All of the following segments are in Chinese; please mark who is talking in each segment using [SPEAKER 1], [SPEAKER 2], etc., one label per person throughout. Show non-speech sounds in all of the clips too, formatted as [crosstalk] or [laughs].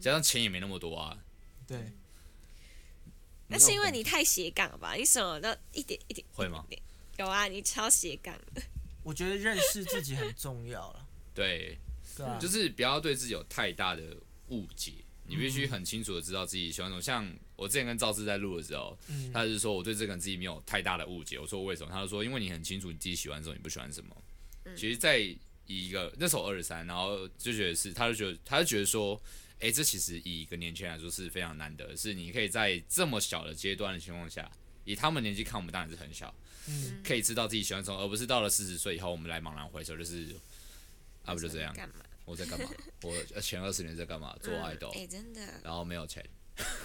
[SPEAKER 1] 加上钱也没那么多啊。
[SPEAKER 2] 对，
[SPEAKER 3] 那是因为你太斜杠了吧？你什么都一点一点
[SPEAKER 1] 会吗？
[SPEAKER 3] 一点有啊，你超斜杠的。
[SPEAKER 2] 我觉得认识自己很重要了，
[SPEAKER 1] 对，
[SPEAKER 2] 对啊，
[SPEAKER 1] [laughs] 就是不要对自己有太大的误解，你必
[SPEAKER 2] 嗯
[SPEAKER 1] 须很清楚的知道自己喜欢什么。像我之前跟赵志在录的时候，
[SPEAKER 2] 嗯
[SPEAKER 1] 他就说我对这个人自己没有太大的误解。我说为什么？他就说因为你很清楚你自己喜欢什么，你不喜欢什么。其实，在以一个那时候二十三，然后就觉得是，他就觉得他就觉得说，哎、这其实以一个年轻人来说是非常难得，是你可以在这么小的阶段的情况下，以他们年纪看我们当然是很小，
[SPEAKER 2] 嗯
[SPEAKER 1] 可以知道自己喜欢什么，而不是到了四十岁以后我们来茫然回首，就是啊不就这样，
[SPEAKER 3] 干嘛？
[SPEAKER 1] 我在干
[SPEAKER 3] [laughs]
[SPEAKER 1] 嘛？我呃前二十年在干嘛？做爱豆
[SPEAKER 3] 哎、，真的。
[SPEAKER 1] 然后没有钱。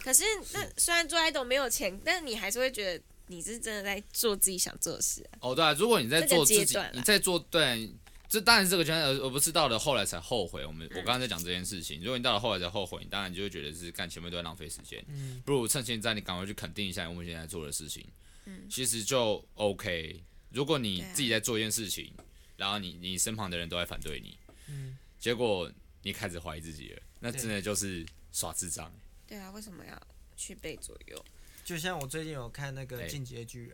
[SPEAKER 3] 可是那虽然做爱豆没有钱，但你还是会觉得你是真的在做自己想做的事啊。
[SPEAKER 1] 哦，对啊，如果你在
[SPEAKER 3] 这个
[SPEAKER 1] 做自
[SPEAKER 3] 阶
[SPEAKER 1] 己
[SPEAKER 3] 段啦，
[SPEAKER 1] 你在做对，这当然是这个阶段，而而不是到了后来才后悔。我
[SPEAKER 3] 嗯
[SPEAKER 1] 们我刚刚在讲这件事情，如果你到了后来才后悔，你当然就会觉得是干前面都在浪费时间，
[SPEAKER 2] 嗯
[SPEAKER 1] 不如趁现在你赶快去肯定一下我们现在做的事情，
[SPEAKER 3] 嗯
[SPEAKER 1] 其实就 OK。如果你
[SPEAKER 3] 对啊
[SPEAKER 1] 自己在做一件事情，
[SPEAKER 3] 嗯
[SPEAKER 1] 然后你你身旁的人都在反对你，
[SPEAKER 2] 嗯，
[SPEAKER 1] 结果你开始怀疑自己了，那
[SPEAKER 2] 对
[SPEAKER 1] 真的就是耍智障。
[SPEAKER 3] 对啊，为什么要去背左右？
[SPEAKER 2] 就像我最近有看那个
[SPEAKER 1] 哎
[SPEAKER 2] 《进击的巨人》，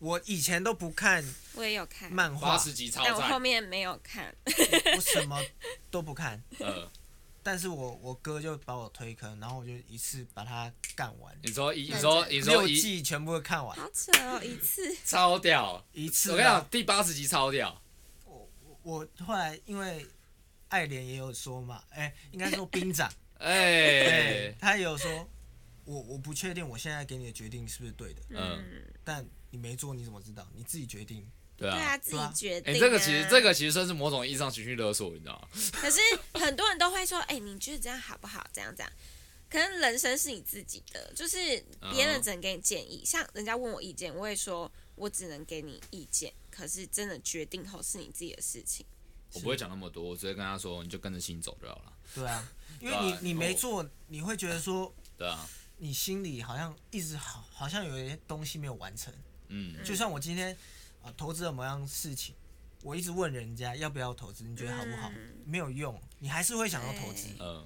[SPEAKER 2] 我以前都不看
[SPEAKER 3] 我也有看，
[SPEAKER 2] 漫
[SPEAKER 1] 八
[SPEAKER 2] 画，
[SPEAKER 1] 十级超
[SPEAKER 3] 哎但我后
[SPEAKER 1] 赞，
[SPEAKER 3] 面没有看。
[SPEAKER 2] [laughs] 我什么都不看，
[SPEAKER 1] 呃，
[SPEAKER 2] 但是我我哥就把我推坑，然后我就一次把它干完，
[SPEAKER 1] 你说一，你
[SPEAKER 3] 认
[SPEAKER 1] 说
[SPEAKER 3] 真
[SPEAKER 1] 你
[SPEAKER 2] 六
[SPEAKER 1] 说一
[SPEAKER 2] 季全部都看完
[SPEAKER 3] 好扯哦，一次
[SPEAKER 1] 超屌，
[SPEAKER 2] 一次啊。
[SPEAKER 1] 我跟你讲，第八十集超屌，
[SPEAKER 2] 我后来因为爱莲也有说嘛，哎、应该说
[SPEAKER 1] [laughs]
[SPEAKER 2] 兵长，
[SPEAKER 1] 哎
[SPEAKER 2] [laughs] 哎，，他也有说，我我不确定我现在给你的决定是不是对的，
[SPEAKER 1] 嗯，
[SPEAKER 2] 但你没做你怎么知道？你自己决定。
[SPEAKER 1] 对
[SPEAKER 3] 对
[SPEAKER 1] 啊
[SPEAKER 3] 啊，，自己决定、
[SPEAKER 1] 哎，
[SPEAKER 3] 啊
[SPEAKER 1] 这个其实这个其实算是某种意义上情绪勒索，你知道吗？
[SPEAKER 3] 可是很多人都会说，哎、你觉得这样好不好？这样这样。可能人生是你自己的，就是别人只能给你建议。像人家问我意见，我会说我只能给你意见，可是真的决定后是你自己的事情。
[SPEAKER 1] 我不会讲那么多，我直接跟他说，你就跟着心走就好了。
[SPEAKER 2] 对
[SPEAKER 1] [laughs]
[SPEAKER 2] 啊，
[SPEAKER 1] 对
[SPEAKER 2] 因为
[SPEAKER 1] 啊
[SPEAKER 2] 你你没
[SPEAKER 1] 哦
[SPEAKER 2] 做，你会觉得说
[SPEAKER 1] 对啊，
[SPEAKER 2] 你心里好像一直好好像有一些东西没有完成。
[SPEAKER 1] 嗯，
[SPEAKER 2] 就像我今天啊、投资了某样事情，我一直问人家要不要投资，你觉得好不好？
[SPEAKER 3] 嗯
[SPEAKER 2] 没有用，你还是会想要投资，
[SPEAKER 1] 嗯，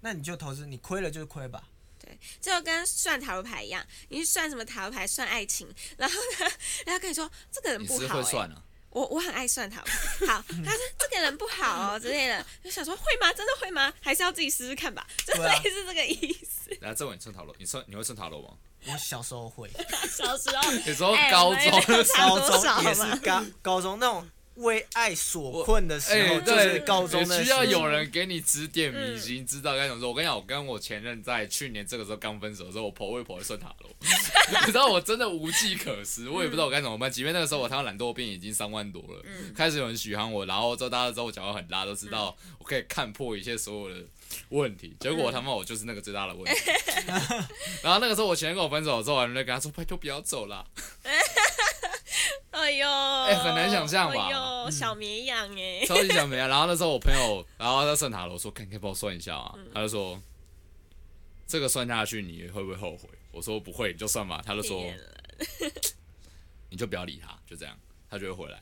[SPEAKER 2] 那你就投资，你亏了就亏吧。
[SPEAKER 3] 对，这就跟算塔罗牌一样，你去算什么塔罗牌，算爱情，然后呢， [laughs] 人家跟你说这个人
[SPEAKER 1] 你
[SPEAKER 3] 不
[SPEAKER 1] 是
[SPEAKER 3] 好、
[SPEAKER 1] 会
[SPEAKER 3] 欸，
[SPEAKER 1] 算啊？
[SPEAKER 3] 我我很爱算塔罗牌，好，他说这个人不好哦之类的，就想说会吗？真的会吗？还是要自己试试看吧， [laughs] 就
[SPEAKER 2] 对啊
[SPEAKER 3] 类似这个意思。
[SPEAKER 1] 来，这晚你算塔罗，你算你会算塔罗
[SPEAKER 3] [laughs]
[SPEAKER 1] 吗？
[SPEAKER 2] 我小时候会，
[SPEAKER 3] 啊小时
[SPEAKER 1] [laughs]
[SPEAKER 3] 候
[SPEAKER 1] 有时候
[SPEAKER 3] 哎
[SPEAKER 1] 高
[SPEAKER 3] 我们哎也没
[SPEAKER 1] 中
[SPEAKER 3] 有， [laughs] 差
[SPEAKER 2] 高
[SPEAKER 3] 多少
[SPEAKER 2] 中也
[SPEAKER 3] 嘛
[SPEAKER 2] 是
[SPEAKER 3] [laughs]
[SPEAKER 2] 高高中那种为爱所困的时候，
[SPEAKER 1] 哎，
[SPEAKER 2] 就是
[SPEAKER 1] 对，
[SPEAKER 2] 高中的
[SPEAKER 1] 也需
[SPEAKER 2] 时
[SPEAKER 1] 要
[SPEAKER 2] 候
[SPEAKER 1] 有人给你指点迷津，知道该怎么做。我跟你讲，我跟我前任在去年这个时候刚分手的时候，我婆会婆算塔
[SPEAKER 2] [laughs]
[SPEAKER 1] 罗，你知道我真的无计可施，我也不知道我该怎么办。即便那个时候我他妈懒惰病已经三万多了，
[SPEAKER 2] 嗯
[SPEAKER 1] 开始有人喜欢我，然后之后大家知道我讲话很辣，都知道我可以看破一切所有的问题。结果我他妈我就是那个最大的
[SPEAKER 2] [laughs]
[SPEAKER 1] 问题。然后那个时候我前任跟我分手之后，我还在跟他说拜托不要走啦，
[SPEAKER 3] 哎呦，
[SPEAKER 1] 哎很难想象吧嗯
[SPEAKER 3] 哎呦，小绵羊哎、
[SPEAKER 1] [laughs] 超级想没啊。然后那时候我朋友，然后他算塔罗说，看，你可以帮我算一下啊。他就说，这个算下去你会不会后悔？我说不会，你就算吧。他就说，
[SPEAKER 3] 骗人
[SPEAKER 1] 你就不要理他，就这样，他就会回来。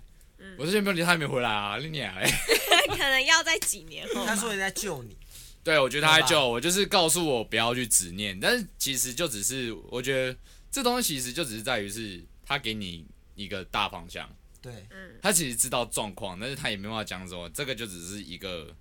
[SPEAKER 1] 我之前没有理他，他也没回来啊，你俩嘞？ [laughs]
[SPEAKER 3] 哎可能要在几年后吧。
[SPEAKER 2] [laughs] 他说人家救你，
[SPEAKER 1] 对，我觉得他在
[SPEAKER 2] 对
[SPEAKER 1] 救我，就是告诉我不要去执念，但是其实就只是，我觉得这东西其实就只是在于是他给你一个大方向，
[SPEAKER 2] 对，
[SPEAKER 3] 嗯
[SPEAKER 1] 他其实知道状况，但是他也没办法讲什么，这个就只是一个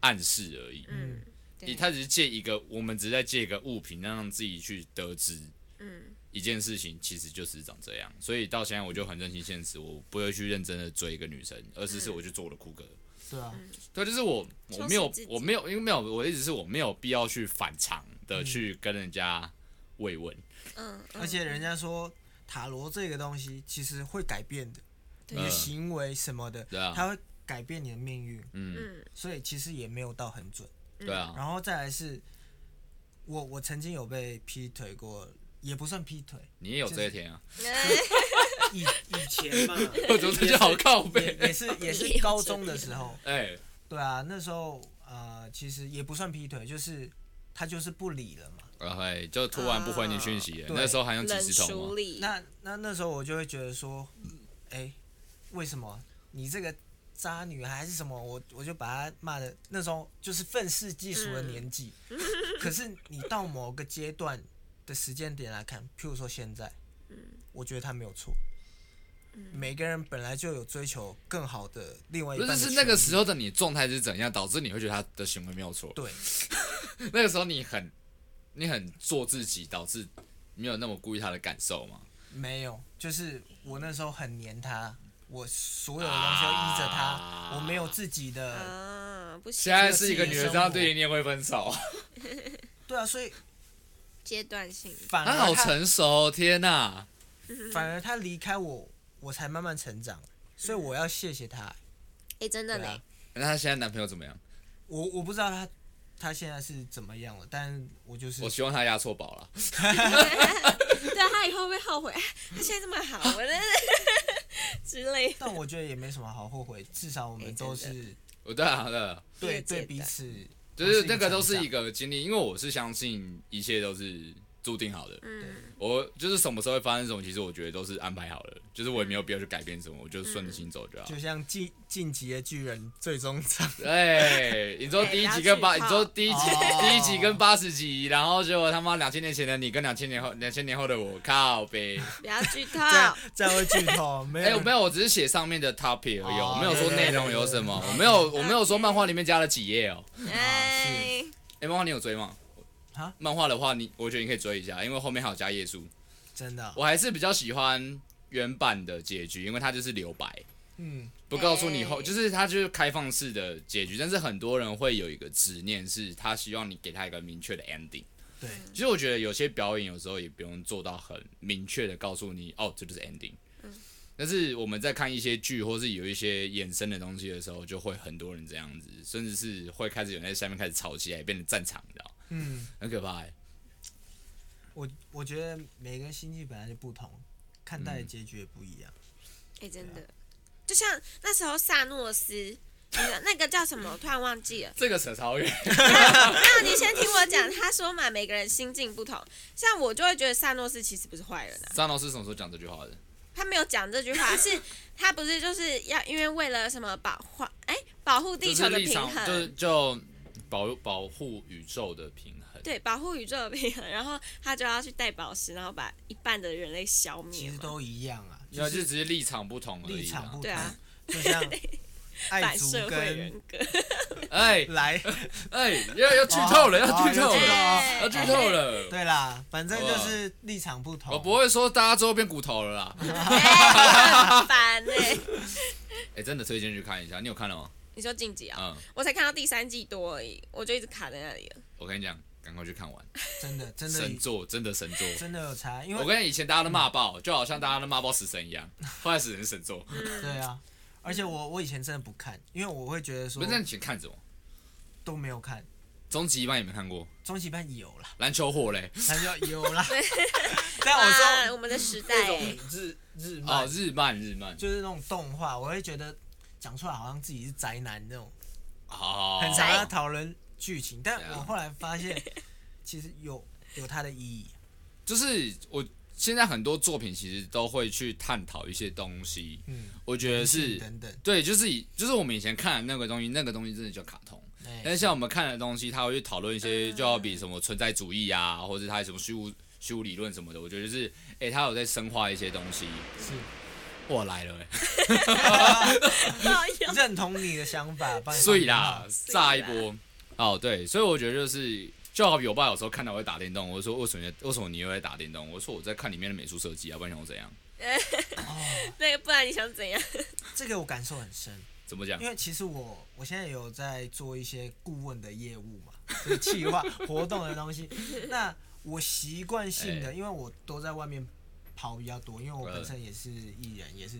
[SPEAKER 1] 暗示而已。
[SPEAKER 3] 嗯，对
[SPEAKER 1] 他只是借一个，我们只是在借一个物品，让自己去得知
[SPEAKER 3] 嗯，
[SPEAKER 1] 一件事情其实就是长这样。所以到现在我就很认清现实，我不会去认真的追一个女生，而
[SPEAKER 3] 嗯
[SPEAKER 1] 是是我去做我的酷哥。
[SPEAKER 2] 对啊，
[SPEAKER 1] 对，就是我
[SPEAKER 3] 充实
[SPEAKER 1] 我没有
[SPEAKER 3] 自己
[SPEAKER 1] 我没有因为没有我的意思是我没有必要去反常的去跟人家慰问。
[SPEAKER 3] 嗯，嗯
[SPEAKER 2] 而且人家说塔罗这个东西其实会改变的，你的
[SPEAKER 1] 嗯
[SPEAKER 2] 行为什么的，
[SPEAKER 1] 对啊
[SPEAKER 2] 它会改变你的命运，
[SPEAKER 1] 嗯，
[SPEAKER 3] 嗯，
[SPEAKER 2] 所以其实也没有到很准。
[SPEAKER 1] 对啊，
[SPEAKER 2] 然后再来是，我我曾经有被劈腿过，也不算劈腿，
[SPEAKER 1] 你也有这一天啊，
[SPEAKER 2] 以以前嘛，
[SPEAKER 1] [laughs] 我觉得这就好靠
[SPEAKER 2] 也
[SPEAKER 1] 背。
[SPEAKER 2] 也是
[SPEAKER 1] [laughs]
[SPEAKER 2] 也是高中的时候，
[SPEAKER 1] 哎，
[SPEAKER 2] 对啊，那时候呃其实也不算劈腿，就是他就是不理了嘛。
[SPEAKER 1] 然后哎就突然不回你讯息了，
[SPEAKER 2] 对
[SPEAKER 1] 那时候还用即
[SPEAKER 3] 冷
[SPEAKER 1] 时通
[SPEAKER 3] 处
[SPEAKER 1] 吗？
[SPEAKER 3] 理，
[SPEAKER 2] 嗯那那那时候我就会觉得说，哎、为什么你这个渣女还是什么，我我就把她骂的那时候就是愤世嫉俗的年纪。可是你到某个阶段的时间点来看，譬如说现在，我觉得她没有错。每个人本来就有追求更好的另外一
[SPEAKER 1] 不
[SPEAKER 2] 半的
[SPEAKER 1] 是
[SPEAKER 2] 权利，
[SPEAKER 1] 是那个时候的你状态是怎样，导致你会觉得他的行为没有错。
[SPEAKER 2] 对，
[SPEAKER 1] 那个时候你很你很做自己，导致没有那么顾虑他的感受嘛。
[SPEAKER 2] 没有，就是我那时候很黏他，我所有的东西都依着他，
[SPEAKER 1] 啊
[SPEAKER 2] 我没有自己的。
[SPEAKER 3] 啊，不行
[SPEAKER 1] 现，在是一个女人这样对你，你也会分手。 [laughs]
[SPEAKER 2] 对啊，所以
[SPEAKER 3] 阶段性，
[SPEAKER 2] 反而
[SPEAKER 1] 他
[SPEAKER 2] 他
[SPEAKER 1] 好成熟，哦天哪！
[SPEAKER 2] 反而他离开我，我才慢慢成长。所以我要谢谢他。
[SPEAKER 3] 哎，真的
[SPEAKER 2] 对
[SPEAKER 3] 嘞
[SPEAKER 2] 啊，，
[SPEAKER 1] 那她现在男朋友怎么样？
[SPEAKER 2] 我我不知道他他现在是怎么样了，但我就是
[SPEAKER 1] 我希望他押错宝了。
[SPEAKER 3] [laughs] 对啊，他以后会不会后悔？ [laughs] 他现在这么好，我真的 [laughs] 之类的。
[SPEAKER 2] 但我觉得也没什么好后悔，至少我
[SPEAKER 3] 哎
[SPEAKER 2] 们都
[SPEAKER 3] 真
[SPEAKER 2] 是
[SPEAKER 1] 我对啊，对啊，
[SPEAKER 2] 对
[SPEAKER 3] 越界
[SPEAKER 2] 对
[SPEAKER 3] 的
[SPEAKER 2] 彼此，
[SPEAKER 1] 哦就是那个都是一
[SPEAKER 2] 个
[SPEAKER 1] 个经历，因为我是相信一切都是注定好的。
[SPEAKER 3] 嗯
[SPEAKER 1] 我就是什么时候会发生什么，其实我觉得都是安排好了，就是我也没有必要去改变什么，我就顺着心走就好。
[SPEAKER 2] 就像进晋级的巨人最终章，
[SPEAKER 1] 对，你说第一集跟八，
[SPEAKER 3] 哎
[SPEAKER 1] 你
[SPEAKER 3] 了解
[SPEAKER 1] 说第一集
[SPEAKER 2] 哦
[SPEAKER 1] 第一集跟八十集，然后结果他妈两千年前的你跟两千年后两千年后的我，靠呗。
[SPEAKER 3] 不要剧
[SPEAKER 2] 这
[SPEAKER 3] 透。
[SPEAKER 2] 样这样会剧透，没
[SPEAKER 1] 哎，
[SPEAKER 2] 有
[SPEAKER 1] 我没有，我只是写上面的 topic 而已，
[SPEAKER 2] 哦
[SPEAKER 1] 我没有说内容有什么，我没有我没有说漫画里面加了几页哦。
[SPEAKER 3] 哎，
[SPEAKER 1] 哎，漫画你有追吗？
[SPEAKER 2] 啊
[SPEAKER 1] 漫画的话，你我觉得你可以追一下，因为后面还有加页数。
[SPEAKER 2] 真的，
[SPEAKER 1] 我还是比较喜欢原版的结局，因为它就是留白，
[SPEAKER 2] 嗯，
[SPEAKER 1] 不告诉你后，
[SPEAKER 3] 哎
[SPEAKER 1] 就是它就是开放式的结局。但是很多人会有一个执念，是他希望你给他一个明确的 ending。
[SPEAKER 2] 对，
[SPEAKER 1] 其实我觉得有些表演有时候也不用做到很明确的告诉你，哦，这就是 ending。但是我们在看一些剧，或是有一些衍生的东西的时候，就会很多人这样子，甚至是会开始有人在下面开始吵起来，变成战场，你知道，
[SPEAKER 2] 嗯。
[SPEAKER 1] 很可怕、欸。
[SPEAKER 2] 我我觉得每个人心境本来就不同，看待的
[SPEAKER 1] 嗯。
[SPEAKER 2] 结局也不一样。
[SPEAKER 3] 哎、真的，就像那时候萨诺斯，那个那个叫什么，我突然忘记了
[SPEAKER 1] 这个扯超远，
[SPEAKER 3] 那你先听我讲，他说嘛，每个人心境不同，像我就会觉得萨诺斯其实不是坏人
[SPEAKER 1] [laughs]
[SPEAKER 3] 啊。
[SPEAKER 1] 张老师什么时候讲这句话的？
[SPEAKER 3] 他没有讲这句话，是他不是就是要因为为了什么保护，哎、保护地球的平衡，
[SPEAKER 1] 就是就保保护宇宙的平衡。
[SPEAKER 3] 对，保护宇宙的平衡，然后他就要去带宝石，然后把一半的人类消
[SPEAKER 2] 其
[SPEAKER 3] 灭
[SPEAKER 2] 实
[SPEAKER 3] 嘛。
[SPEAKER 2] 都一样啊，
[SPEAKER 1] 没有，
[SPEAKER 2] 就
[SPEAKER 1] 就是
[SPEAKER 2] 是
[SPEAKER 1] 只是立场不同而
[SPEAKER 2] 立
[SPEAKER 1] 已
[SPEAKER 2] 场
[SPEAKER 1] 啦
[SPEAKER 2] 不。
[SPEAKER 3] 对
[SPEAKER 2] 同
[SPEAKER 3] 啊，
[SPEAKER 2] 就
[SPEAKER 3] [laughs]
[SPEAKER 2] 像爱
[SPEAKER 3] 反
[SPEAKER 2] 族
[SPEAKER 3] 社会人
[SPEAKER 2] 跟
[SPEAKER 3] 格，
[SPEAKER 1] 哎
[SPEAKER 2] 来，
[SPEAKER 1] 哎，要要剧透了，
[SPEAKER 2] 哦
[SPEAKER 1] 要剧透
[SPEAKER 2] 哦
[SPEAKER 1] 了，
[SPEAKER 3] 哎
[SPEAKER 1] 要剧透了。
[SPEAKER 2] 对啦，反正就是立场不同。
[SPEAKER 1] 我不会说大家最后变骨头了啦。
[SPEAKER 3] [laughs] 哎很烦呢、
[SPEAKER 1] 哎，真的推荐去看一下，你有看了吗？
[SPEAKER 3] 你说晋级啊？
[SPEAKER 1] 嗯，
[SPEAKER 3] 我才看到第三季多而已，我就一直卡在那里了。
[SPEAKER 1] 我跟你讲，赶快去看完，
[SPEAKER 2] 真的真
[SPEAKER 1] 神
[SPEAKER 2] 的
[SPEAKER 1] 作，真的神作。
[SPEAKER 2] 真的有差，因
[SPEAKER 1] 我
[SPEAKER 2] 为
[SPEAKER 1] 跟你以前大家都骂爆，就好像大家都骂爆死神一
[SPEAKER 2] [laughs]
[SPEAKER 1] 样，后来死神是神作。
[SPEAKER 2] 对啊，而且我我以前真的不看，因为我会觉得
[SPEAKER 1] 不
[SPEAKER 2] 说
[SPEAKER 1] 是，那你以前看什么？
[SPEAKER 2] 都没有看，
[SPEAKER 1] 终极一班也没看过，
[SPEAKER 2] 终极班有啦， [laughs]
[SPEAKER 1] 篮球火嘞，
[SPEAKER 2] 他就有
[SPEAKER 3] [laughs]
[SPEAKER 2] 啦。但我
[SPEAKER 3] 哇，
[SPEAKER 2] 说
[SPEAKER 3] 啊我们的时代
[SPEAKER 2] 那
[SPEAKER 3] [laughs] 欸，
[SPEAKER 2] 种日日漫
[SPEAKER 1] 哦，日漫日漫，
[SPEAKER 2] 就是那种动画，我会觉得讲出来好像自己是宅男那种。
[SPEAKER 1] 哦，
[SPEAKER 2] 很想要讨论剧情，但
[SPEAKER 1] 对啊
[SPEAKER 2] 我后来发现，其实有有它的意义。
[SPEAKER 1] 就是我现在很多作品其实都会去探讨一些东西，
[SPEAKER 2] 嗯，
[SPEAKER 1] 我觉得是
[SPEAKER 2] 等等，
[SPEAKER 1] 对，就是以就是我们以前看的那个东西，那个东西真的叫卡通。但
[SPEAKER 2] 哎，
[SPEAKER 1] 是像我们看的东西，他会去讨论一些，就要比什么存在主义啊，或者他什么虚无虚无理论什么的，我觉得就是，哎、他有在深化一些东西。
[SPEAKER 2] 是
[SPEAKER 1] 我来了、欸， [laughs]
[SPEAKER 3] 哎呦
[SPEAKER 2] 认同你的想
[SPEAKER 1] [laughs]
[SPEAKER 2] 法，帮你
[SPEAKER 1] 呃所以
[SPEAKER 2] 想
[SPEAKER 1] 啦
[SPEAKER 2] 法，
[SPEAKER 1] 炸一波。哦，对，所以我觉得就是，就好比我爸有时候看到我在打电动，我就说为什么为什么你又在打电动？我说我在看里面的美术设计啊，不然想我怎样？
[SPEAKER 3] 对，不然你想怎样？
[SPEAKER 2] 哦这个我感受很深，
[SPEAKER 1] 怎么讲
[SPEAKER 2] 因？为其实我我现在有在做一些顾问的业务嘛，就是企划活动的东西。那我习惯性的，
[SPEAKER 1] 哎
[SPEAKER 2] 因为我都在外面跑比较多，因为我本身也是艺人，也是